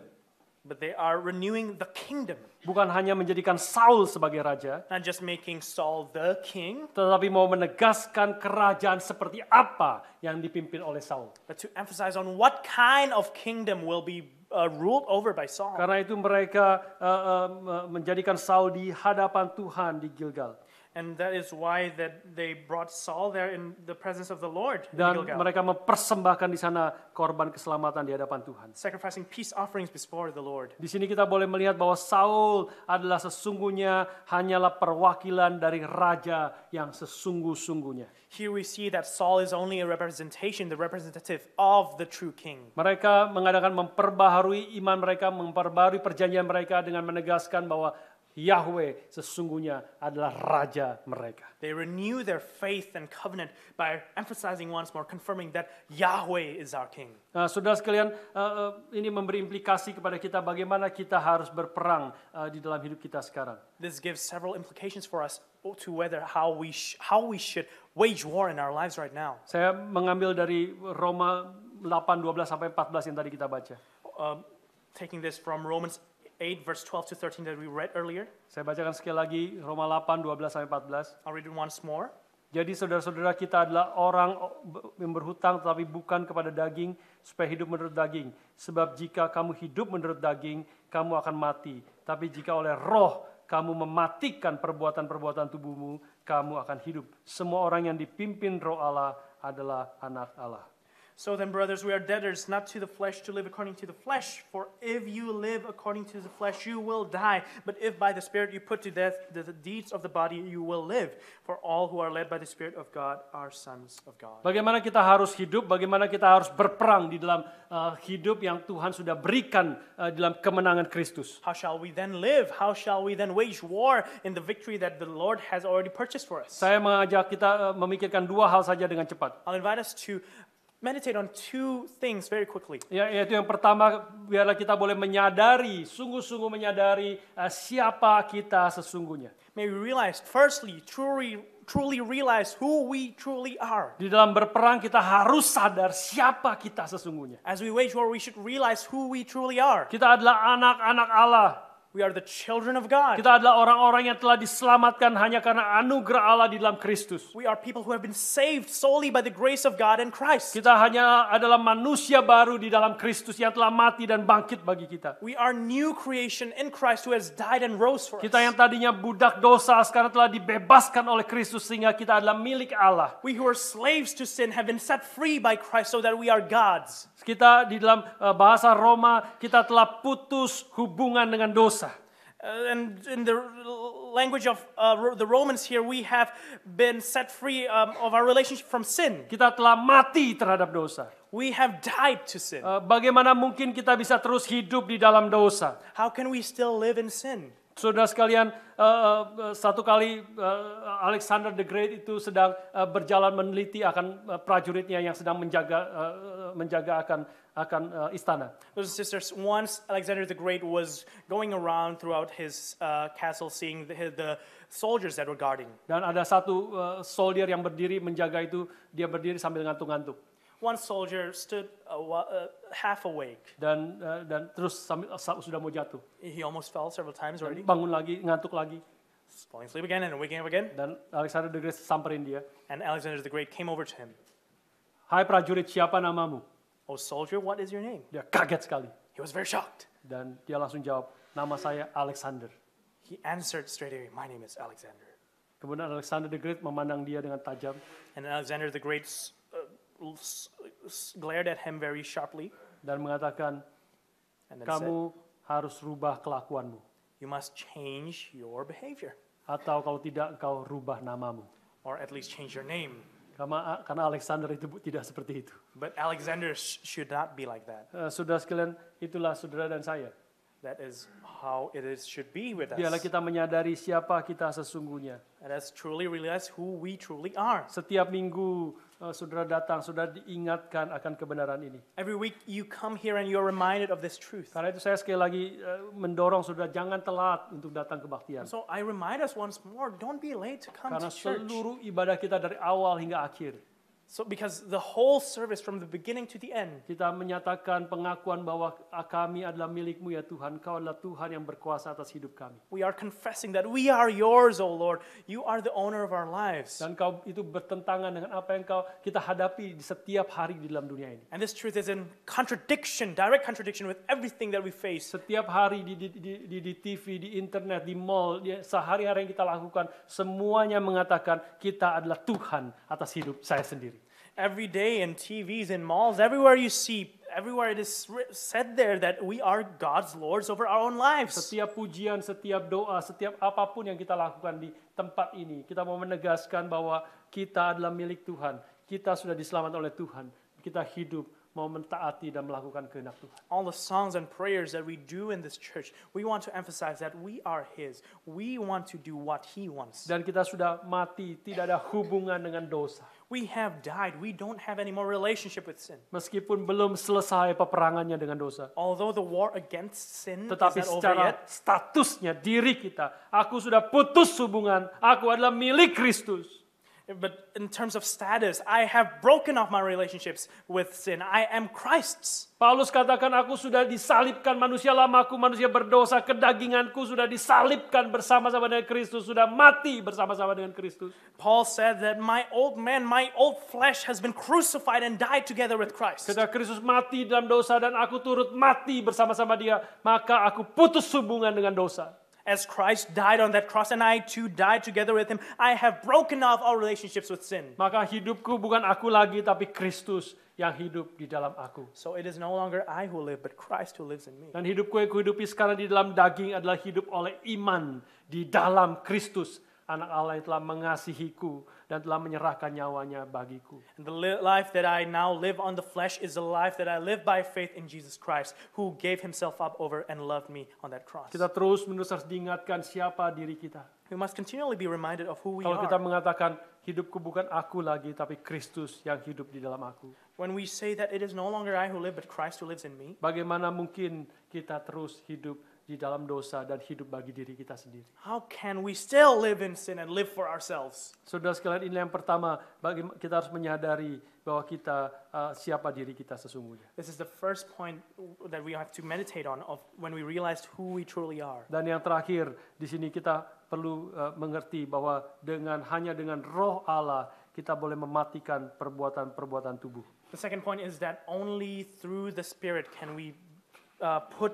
S2: but they are renewing the kingdom.
S1: Bukan hanya menjadikan Saul sebagai raja,
S2: Not just making Saul the king,
S1: tetapi mau menegaskan kerajaan seperti apa yang dipimpin oleh Saul.
S2: but to emphasize on what kind of kingdom will be uh, ruled over by Saul.
S1: Karena itu mereka eh, eh, me- menjadikan Saul di hadapan Tuhan di Gilgal.
S2: And that is why that they brought Saul there in the presence of the Lord in
S1: Dan
S2: Gilgal,
S1: mereka mempersembahkan di sana korban keselamatan di hadapan Tuhan.
S2: sacrificing peace offerings before the Lord.
S1: Di sini kita boleh melihat bahwa Saul adalah sesungguhnya hanyalah perwakilan dari raja yang sesungguh-sungguhnya.
S2: Here we see that Saul is only a representation, the representative of the true king.
S1: Mereka mengadakan memperbaharui iman mereka, memperbaharui perjanjian mereka dengan menegaskan bahwa Yahweh sesungguhnya adalah raja mereka.
S2: They renew their faith and covenant by emphasizing once more, confirming that Yahweh is our king.
S1: Nah, saudara sekalian, eh, eh, ini memberi implikasi kepada kita bagaimana kita harus berperang eh, di dalam hidup kita sekarang.
S2: This gives several implications for us to whether how we sh- how we should wage war in our lives right now.
S1: Saya mengambil dari Roma 8, 12 sampai 14 yang tadi kita baca.
S2: Um, taking this from Romans 8 verse 12 to 13 that we read earlier.
S1: Saya bacakan sekali lagi Roma 8, 12 sampai 14.
S2: I'll read it once more.
S1: Jadi saudara-saudara kita adalah orang yang berhutang tetapi bukan kepada daging supaya hidup menurut daging. Sebab jika kamu hidup menurut daging, kamu akan mati. Tapi jika oleh roh kamu mematikan perbuatan-perbuatan tubuhmu, kamu akan hidup. Semua orang yang dipimpin roh Allah adalah anak Allah.
S2: So then, brothers, we are debtors not to the flesh to live according to the flesh. For if you live according to the flesh, you will die. But if by the Spirit you put to death the, the deeds of the body, you will live. For all who are led by the Spirit of God are sons of God.
S1: Bagaimana kita harus hidup, bagaimana kita harus berperang di dalam eh, hidup yang Tuhan sudah berikan eh, dalam kemenangan Kristus.
S2: How shall we then live? How shall we then wage war in the victory that the Lord has already purchased for us?
S1: Saya mengajak kita eh, memikirkan dua hal saja dengan cepat.
S2: I'll invite us to meditate on two things very quickly.
S1: Ya, yaitu yang pertama biarlah kita boleh menyadari, sungguh-sungguh menyadari eh, siapa kita sesungguhnya.
S2: May we realize, firstly, truly, truly realize who we truly are.
S1: Di dalam berperang kita harus sadar siapa kita sesungguhnya.
S2: As we wage war, we should realize who we truly are.
S1: Kita adalah anak-anak Allah.
S2: We are the children of God.
S1: Kita adalah orang-orang yang telah diselamatkan hanya karena anugerah Allah di dalam Kristus.
S2: We are people who have been saved solely by the grace of God and Christ.
S1: Kita hanya adalah manusia baru di dalam Kristus yang telah mati dan bangkit bagi kita.
S2: We are new creation in Christ who has died and rose for
S1: Kita yang
S2: us.
S1: tadinya budak dosa sekarang telah dibebaskan oleh Kristus sehingga kita adalah milik Allah.
S2: We who are slaves to sin have been set free by Christ so that we are God's.
S1: Kita di dalam eh, bahasa Roma kita telah putus hubungan dengan dosa.
S2: Uh, and in the r- language of uh, Ro- the Romans here, we have been set free um, of our relationship from sin.
S1: Kita telah mati terhadap dosa.
S2: We have died to sin.
S1: Eh, Bagaimana mungkin kita bisa terus hidup di dalam dosa?
S2: How can we still live in sin?
S1: Saudara sekalian, eh, eh, eh, satu kali eh, Alexander the Great itu sedang eh, berjalan meneliti akan eh, prajuritnya yang sedang menjaga eh, eh, menjaga akan akan eh, istana.
S2: Brothers and sisters, once Alexander the Great was going around throughout his uh, castle seeing the, the soldiers that were guarding.
S1: Dan ada satu eh, soldier yang berdiri menjaga itu, dia berdiri sambil ngantuk-ngantuk.
S2: One soldier stood awa- uh, half awake.
S1: Dan eh, dan terus sambil sa- sudah mau jatuh.
S2: He almost fell several times already,
S1: bangun lagi, ngantuk lagi.
S2: falling asleep again and waking up again.
S1: Dan Alexander the Great samperin dia.
S2: And Alexander the Great came over to him.
S1: Hai prajurit, siapa namamu?
S2: Oh, soldier, what is your name?
S1: Dia kaget sekali.
S2: He was very shocked.
S1: Dan dia langsung jawab, nama saya Alexander.
S2: He answered straight away, My name is Alexander.
S1: Kemudian Alexander the Great memandang dia dengan tajam.
S2: And Alexander the Great s- uh, l- s- s- glared at him very sharply
S1: Dan mengatakan,
S2: and then said,
S1: kamu harus rubah kelakuanmu.
S2: You must change your behavior,
S1: Atau kalau tidak, engkau rubah namamu.
S2: or at least change your name.
S1: Karena, karena Alexander itu bu- tidak seperti itu.
S2: But Alexander sh- should not be like that.
S1: Eh, saudara sekalian, itulah saudara dan saya.
S2: That is how it is, should be with us.
S1: Biarlah kita menyadari siapa kita sesungguhnya.
S2: Let us truly realize who we truly are.
S1: Setiap minggu eh, saudara datang, saudara diingatkan akan kebenaran ini.
S2: Every week you come here and you're reminded of this truth.
S1: Karena itu saya sekali lagi eh, mendorong saudara jangan telat untuk datang kebaktian.
S2: So I remind us once more, don't be late to come
S1: Karena
S2: to church.
S1: seluruh ibadah kita dari awal hingga akhir
S2: So because the whole service from the beginning to the end,
S1: kita menyatakan pengakuan bahwa "Ah, kami adalah milikmu ya Tuhan, Kau adalah Tuhan yang berkuasa atas hidup kami.
S2: we are confessing that we are yours, O Lord. You are the owner of our lives.
S1: Dan kau itu bertentangan dengan apa yang kau kita hadapi di setiap hari di dalam dunia ini.
S2: And this truth is in contradiction, direct contradiction with everything that we face.
S1: Setiap hari di, di, di, di- di TV, di internet, di mall, di- sehari-hari yang kita lakukan, semuanya mengatakan kita adalah Tuhan atas hidup saya sendiri.
S2: Every day in TVs, in malls, everywhere you see, everywhere it is writ- said there that we are God's lords over our own lives.
S1: Setiap pujian, setiap doa, setiap apapun yang kita lakukan di tempat ini, kita mau menegaskan bahwa kita adalah milik Tuhan. Kita sudah diselamatkan oleh Tuhan. Kita hidup mau mentaati dan melakukan kehendak Tuhan.
S2: All the songs and prayers that we do in this church, we want to emphasize that we are His. We want to do what He wants.
S1: Dan kita sudah mati, tidak ada hubungan dengan dosa.
S2: We have died. We don't have any more relationship with sin.
S1: Meskipun belum selesai peperangannya dengan dosa.
S2: Although the war against sin is
S1: Tetapi
S2: not over
S1: secara
S2: yet,
S1: statusnya diri kita, aku sudah putus hubungan, aku adalah milik Kristus.
S2: but in terms of status, I have broken off my relationships with sin. I am Christ's.
S1: Paulus katakan aku sudah disalibkan manusia lamaku, manusia berdosa, kedaginganku sudah disalibkan bersama-sama dengan Kristus, sudah mati bersama-sama dengan Kristus.
S2: Paul said that my old man, my old flesh has been crucified and died together with Christ.
S1: Ketika Kristus mati dalam dosa dan aku turut mati bersama-sama dia, maka aku putus hubungan dengan dosa.
S2: As Christ died on that cross and I too died together with him, I have broken off our relationships with sin.
S1: Maka hidupku bukan aku lagi, tapi Kristus yang hidup di dalam aku.
S2: So it is no longer I who live, but Christ who lives in me.
S1: Dan hidupku yang kuhidupi sekarang di dalam daging adalah hidup oleh iman di dalam Kristus. Anak Allah yang telah mengasihiku dan telah menyerahkan nyawanya bagiku.
S2: And the li- life that I now live on the flesh is a life that I live by faith in Jesus Christ, who gave himself up over and loved me on that cross.
S1: Kita terus menerus harus diingatkan siapa diri kita.
S2: We must continually be reminded of who we
S1: Kalau kita
S2: are.
S1: mengatakan hidupku bukan aku lagi tapi Kristus yang hidup di dalam aku.
S2: When we say that it is no longer I who live, but Christ who lives in me,
S1: Bagaimana mungkin kita terus hidup di dalam dosa dan hidup bagi diri kita sendiri.
S2: how can we still live in sin and live for ourselves?
S1: Saudara sekalian ini yang pertama, bagaima- kita harus menyadari bahwa kita uh, siapa diri kita sesungguhnya.
S2: This is the first point that we have to meditate on of when we realize who we truly are.
S1: Dan yang terakhir, di sini kita perlu eh, mengerti bahwa dengan hanya dengan roh Allah kita boleh mematikan perbuatan-perbuatan tubuh.
S2: The second point is that only through the Spirit can we uh, put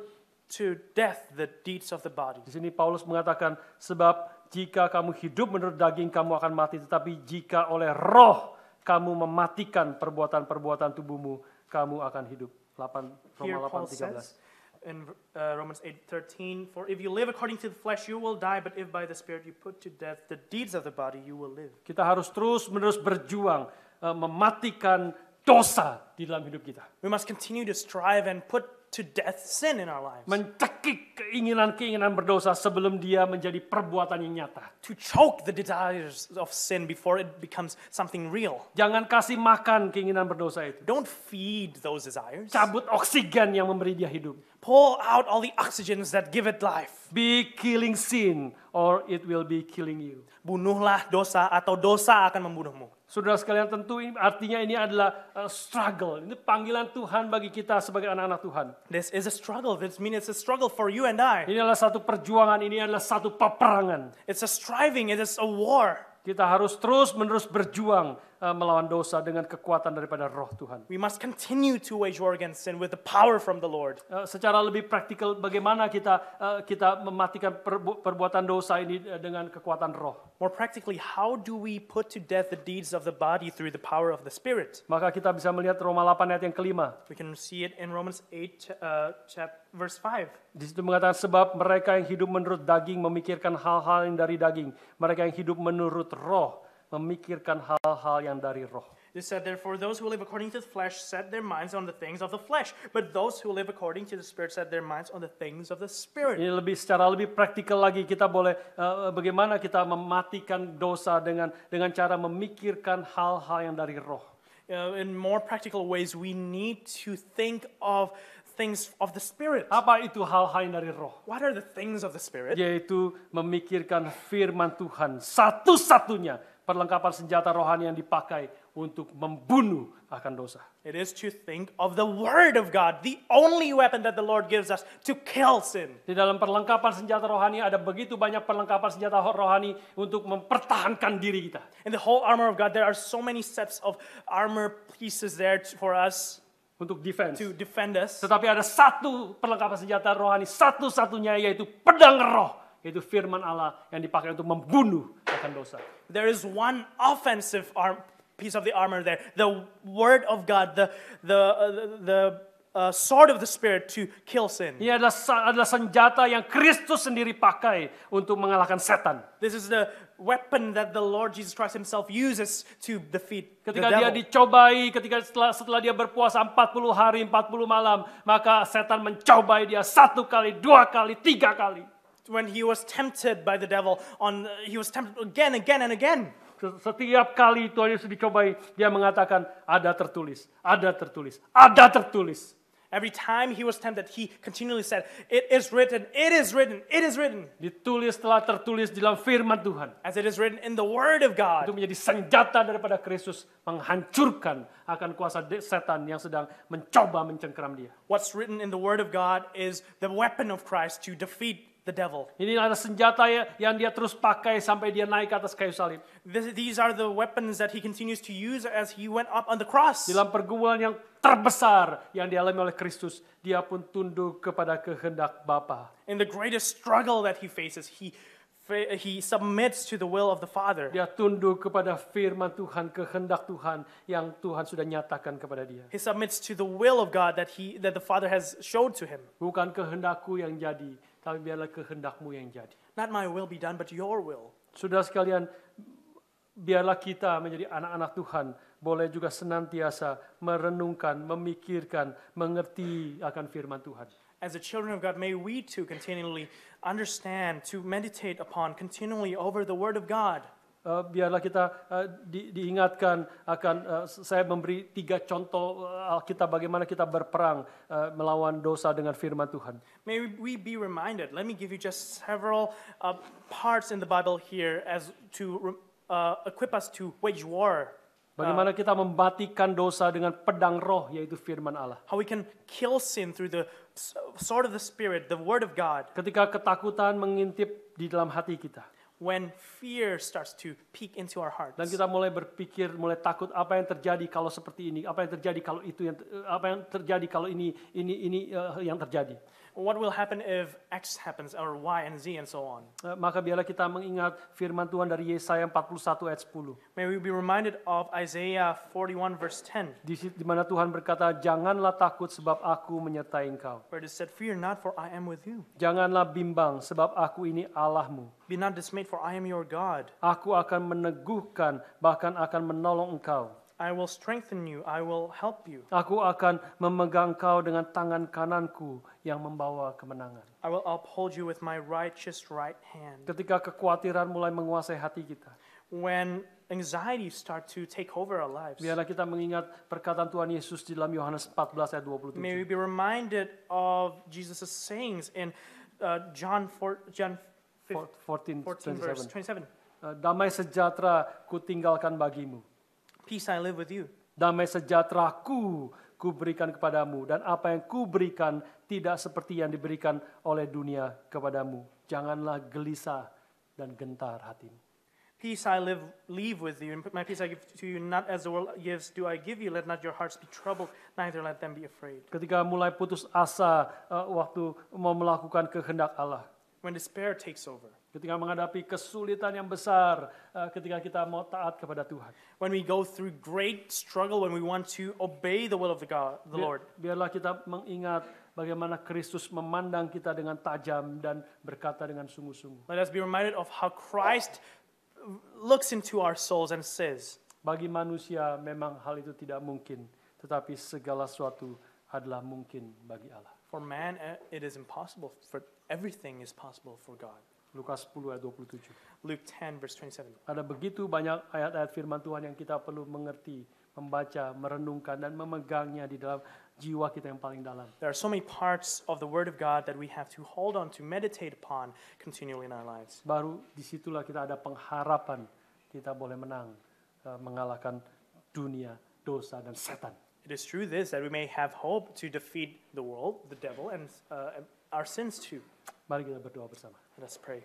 S2: to death the deeds of the body.
S1: Di sini Paulus mengatakan sebab jika kamu hidup menurut daging kamu akan mati tetapi jika oleh roh kamu mematikan perbuatan-perbuatan tubuhmu kamu akan hidup. 8
S2: Here
S1: Roma
S2: Paul
S1: 8:13.
S2: says in uh, Romans 8:13, "For if you live according to the flesh, you will die; but if by the Spirit you put to death the deeds of the body, you will live."
S1: Kita harus terus-menerus berjuang eh, mematikan dosa di dalam hidup kita.
S2: We must continue to strive and put to death sin in our lives,
S1: mencekik keinginan-keinginan berdosa sebelum dia menjadi perbuatan yang nyata.
S2: to choke the desires of sin before it becomes something real.
S1: Jangan kasih makan keinginan berdosa itu.
S2: Don't feed those desires.
S1: Cabut oksigen yang memberi dia hidup.
S2: Pull out all the oxygens that give it life.
S1: Be killing sin or it will be killing you.
S2: Bunuhlah dosa atau dosa akan membunuhmu.
S1: Saudara sekalian tentu ini, artinya ini adalah uh, struggle. Ini panggilan Tuhan bagi kita sebagai anak-anak Tuhan.
S2: This is a struggle. This means it's a struggle for you and I.
S1: Ini adalah satu perjuangan, ini adalah satu peperangan.
S2: It's a striving. It is a war.
S1: Kita harus terus-menerus berjuang uh, melawan dosa dengan kekuatan daripada roh Tuhan.
S2: We must continue to wage war against sin with the power from the Lord.
S1: Eh, secara lebih praktikal bagaimana kita eh, kita mematikan perbu- perbuatan dosa ini eh, dengan kekuatan roh.
S2: More practically, how do we put to death the deeds of the body through the power of the Spirit?
S1: Maka kita bisa melihat Roma 8 ayat yang kelima.
S2: We can see it in Romans 8, uh, chap- verse 5.
S1: Di situ mengatakan sebab mereka yang hidup menurut daging memikirkan hal-hal yang dari daging, mereka yang hidup menurut roh memikirkan hal-hal yang dari roh.
S2: They said, Therefore, those who live according to the flesh set their minds on the things of the flesh, but those who live according to the Spirit set their minds on the things of the Spirit.
S1: Ini lebih secara lebih praktikal lagi kita boleh eh, bagaimana kita mematikan dosa dengan dengan cara memikirkan hal-hal yang dari roh.
S2: Uh, in more practical ways, we need to think of things of the Spirit. Uh,
S1: Apa itu hal-hal yang dari roh?
S2: What are the things of the Spirit?
S1: Yaitu memikirkan firman Tuhan satu-satunya perlengkapan senjata rohani yang dipakai untuk membunuh akan dosa.
S2: It is to think of the Word of God, the only weapon that the Lord gives us to kill sin.
S1: Di dalam perlengkapan senjata rohani ada begitu banyak perlengkapan senjata rohani untuk mempertahankan diri kita.
S2: In the whole armor of God, there are so many sets of armor pieces there t- for us
S1: Untuk defense.
S2: to defend us.
S1: Tetapi ada satu perlengkapan senjata rohani, satu-satunya yaitu pedang roh, yaitu firman Allah yang dipakai untuk membunuh akan dosa.
S2: There is one offensive arm, piece of the armor there, the Word of God, the, the, uh, the, the uh, sword of the Spirit to kill sin.
S1: Ini adalah, sa- adalah senjata yang Kristus sendiri pakai untuk mengalahkan setan.
S2: This is the weapon that the Lord Jesus Christ himself uses to defeat the
S1: Ketika dia
S2: devil.
S1: dicobai, ketika setelah, setelah dia berpuasa 40 hari, 40 malam, maka setan mencobai dia satu kali, dua kali, tiga kali.
S2: When he was tempted by the devil, on, he was tempted again, again, and again.
S1: Setiap kali Tuhan Yesus dicobai, dia mengatakan, ada tertulis, ada tertulis, ada tertulis.
S2: Every time he was tempted, he continually said, It is written, it is written, it is written,
S1: Ditulis telah tertulis di dalam firman Tuhan.
S2: as it is written in the Word of
S1: Itu
S2: God.
S1: menjadi senjata daripada Kristus menghancurkan akan kuasa de- setan yang sedang mencoba mencengkeram dia.
S2: What's written in the Word of God is the weapon of Christ to defeat the devil.
S1: Ini ada senjata ya- yang dia terus pakai sampai dia naik ke atas kayu salib.
S2: This, these are the weapons that he continues to use as he went up on the cross.
S1: Dalam pergumulan yang terbesar yang dialami oleh Kristus, dia pun tunduk kepada kehendak Bapa.
S2: In the greatest struggle that he faces, he, fa- he submits to the will of the Father.
S1: Dia tunduk kepada firman Tuhan, kehendak Tuhan yang Tuhan sudah nyatakan kepada dia.
S2: He submits to the will of God that, he, that the Father has showed to him.
S1: Bukan kehendakku yang jadi, tapi biarlah kehendakmu yang jadi.
S2: Not my will be done, but your will.
S1: Saudara sekalian, biarlah kita menjadi anak-anak Tuhan, boleh juga senantiasa merenungkan, memikirkan, mengerti akan firman Tuhan.
S2: As the children of God, may we too continually understand, to meditate upon continually over the Word of God.
S1: Eh, biarlah kita eh, di- diingatkan akan eh, saya memberi tiga contoh eh, Alkitab bagaimana kita berperang eh, melawan dosa dengan firman Tuhan.
S2: May we be reminded. Let me give you just several uh, parts in the Bible here as to uh, equip us to wage war,
S1: Bagaimana kita membatikan dosa dengan pedang roh yaitu firman Allah.
S2: how we can kill sin through the s- sword of the Spirit, the Word of God,
S1: Ketika ketakutan mengintip di dalam hati kita.
S2: when fear starts to peek into our hearts.
S1: dan kita mulai berpikir mulai takut apa yang terjadi kalau seperti ini apa yang terjadi kalau itu yang apa yang terjadi kalau ini ini ini eh, yang terjadi
S2: What will happen if X happens, or Y and Z, and so on?
S1: Eh, maka biarlah kita mengingat firman Tuhan dari Yesaya 41 ayat 10
S2: May we be reminded of Isaiah 41, verse 10.
S1: di situ- di mana Tuhan berkata janganlah takut sebab aku menyertai engkau
S2: where it is said, Fear not, for I am with you.
S1: janganlah bimbang sebab aku ini Allahmu
S2: Be not dismayed, for I am your God.
S1: aku akan meneguhkan bahkan akan menolong engkau
S2: I will strengthen you, I will help you.
S1: aku akan memegang kau dengan tangan kananku yang membawa kemenangan
S2: I will uphold you with my righteous right hand.
S1: ketika kekhawatiran mulai menguasai hati kita
S2: When anxieties start to take over our lives,
S1: Biarlah kita mengingat perkataan Tuhan Yesus di dalam Yohanes 14 ayat
S2: may
S1: 27.
S2: we be reminded of Jesus' sayings in uh, John 4, John
S1: 14,
S2: 15, 14, verse
S1: 27. Eh,
S2: 27.
S1: Damai sejahtera ku tinggalkan bagimu.
S2: Peace I live with you.
S1: Damai sejahtera ku ku berikan kepadamu. Dan apa yang ku berikan tidak seperti yang diberikan oleh dunia kepadamu. Janganlah gelisah dan gentar hatimu.
S2: Peace I live, leave with you, and my peace I give to you, not as the world gives, do I give you. Let not your hearts be troubled, neither let them be afraid.
S1: Ketika mulai putus asa eh, waktu mau melakukan kehendak Allah.
S2: When despair takes over,
S1: Ketika menghadapi kesulitan yang besar eh, ketika kita mau taat kepada Tuhan.
S2: when we go through great struggle, when we want to obey the will of the God, the
S1: Biar-
S2: Lord.
S1: Biarlah kita mengingat bagaimana Kristus memandang kita dengan tajam dan berkata dengan sungguh-sungguh.
S2: Let us be reminded of how Christ looks into our souls and says,
S1: Bagi manusia memang hal itu tidak mungkin, tetapi segala sesuatu adalah mungkin bagi Allah.
S2: For man, eh, it is impossible. For everything is possible for God.
S1: Lukas 10 ayat 27.
S2: Luke 10, verse 27.
S1: Ada begitu banyak ayat-ayat firman Tuhan yang kita perlu mengerti, membaca, merenungkan, dan memegangnya di dalam jiwa kita yang paling dalam.
S2: There are so many parts of the Word of God that we have to hold on to, meditate upon continually in our lives.
S1: Baru disitulah kita ada pengharapan, kita boleh menang, eh, mengalahkan dunia, dosa, dan setan.
S2: It is through this that we may have hope to defeat the world, the devil, and uh, our sins too.
S1: Mari kita berdoa bersama.
S2: Let us pray.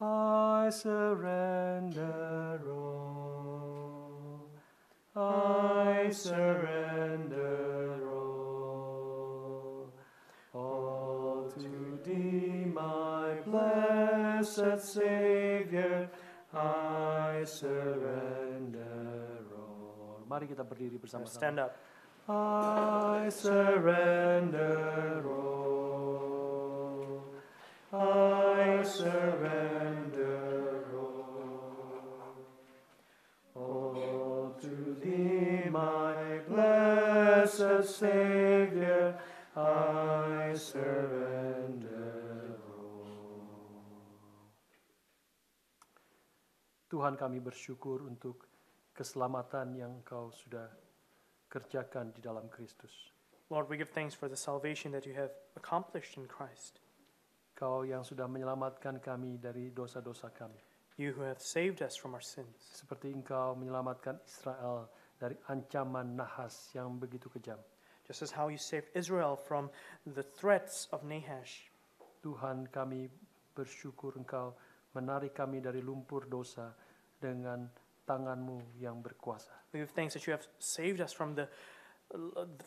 S1: I surrender all. I surrender all. All to thee, my blessed Savior. I surrender all. Mari kita berdiri bersama-sama.
S2: Stand up.
S1: I surrender all. I surrender all. All to thee, my blessed Savior, I surrender all. Tuhan kami bersyukur untuk keselamatan yang Engkau sudah kerjakan di dalam Kristus.
S2: Lord, we give thanks for the salvation that you have accomplished in Christ.
S1: Kau yang sudah menyelamatkan kami dari dosa-dosa kami.
S2: You who have saved us from our sins,
S1: Seperti engkau menyelamatkan Israel dari ancaman nahas yang begitu kejam.
S2: just as how you saved Israel from the threats of Nahash.
S1: Tuhan kami bersyukur engkau menarik kami dari lumpur dosa dengan tanganmu yang berkuasa.
S2: We give thanks that you have saved us from the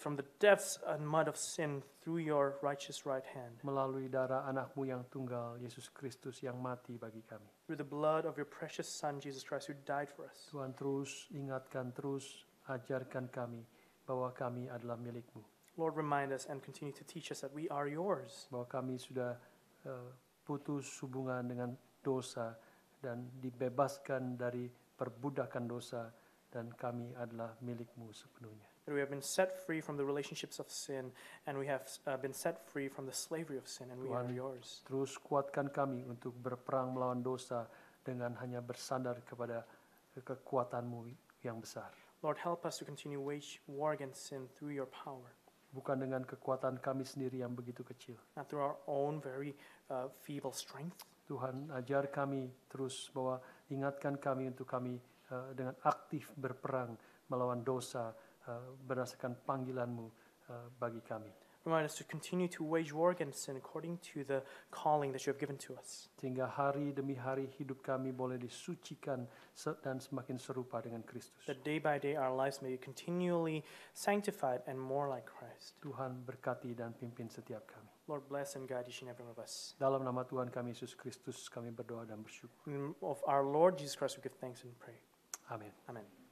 S2: from the depths and mud of sin through your righteous right hand,
S1: Melalui darah anakmu yang tunggal, Yesus Kristus yang mati bagi kami.
S2: through the blood of your precious Son Jesus Christ, who died for us.
S1: Tuhan terus ingatkan, terus ajarkan kami bahwa kami adalah milikmu.
S2: Lord, remind us and continue to teach us that we are yours,
S1: bahwa kami sudah eh, putus hubungan dengan dosa dan dibebaskan dari perbudakan dosa dan kami adalah milikmu sepenuhnya.
S2: that we have been set free from the relationships of sin, and we have uh, been set free from the slavery of sin, and we are
S1: Tuhan.
S2: yours.
S1: Terus kuatkan kami untuk berperang melawan dosa dengan hanya bersandar kepada eh, kekuatanmu yang besar.
S2: Lord, help us to continue wage war against sin through your power,
S1: Bukan dengan kekuatan kami sendiri yang begitu kecil.
S2: not through our own very uh, feeble strength.
S1: Tuhan ajar kami terus bahwa ingatkan kami untuk kami eh, dengan aktif berperang melawan dosa eh, berdasarkan panggilanmu eh, bagi kami.
S2: Remind us to continue to wage war against sin according to the calling that you have given to us,
S1: Sehingga hari demi hari hidup kami boleh disucikan se- dan semakin serupa dengan Kristus.
S2: that day by day our lives may be continually sanctified and more like Christ.
S1: Tuhan berkati dan pimpin setiap kami.
S2: Lord, bless and guide each and every one of us.
S1: Dalam nama Tuhan kami Yesus Kristus kami berdoa dan bersyukur.
S2: In the name of our Lord Jesus Christ, we give thanks and pray.
S1: Amin.
S2: Amen.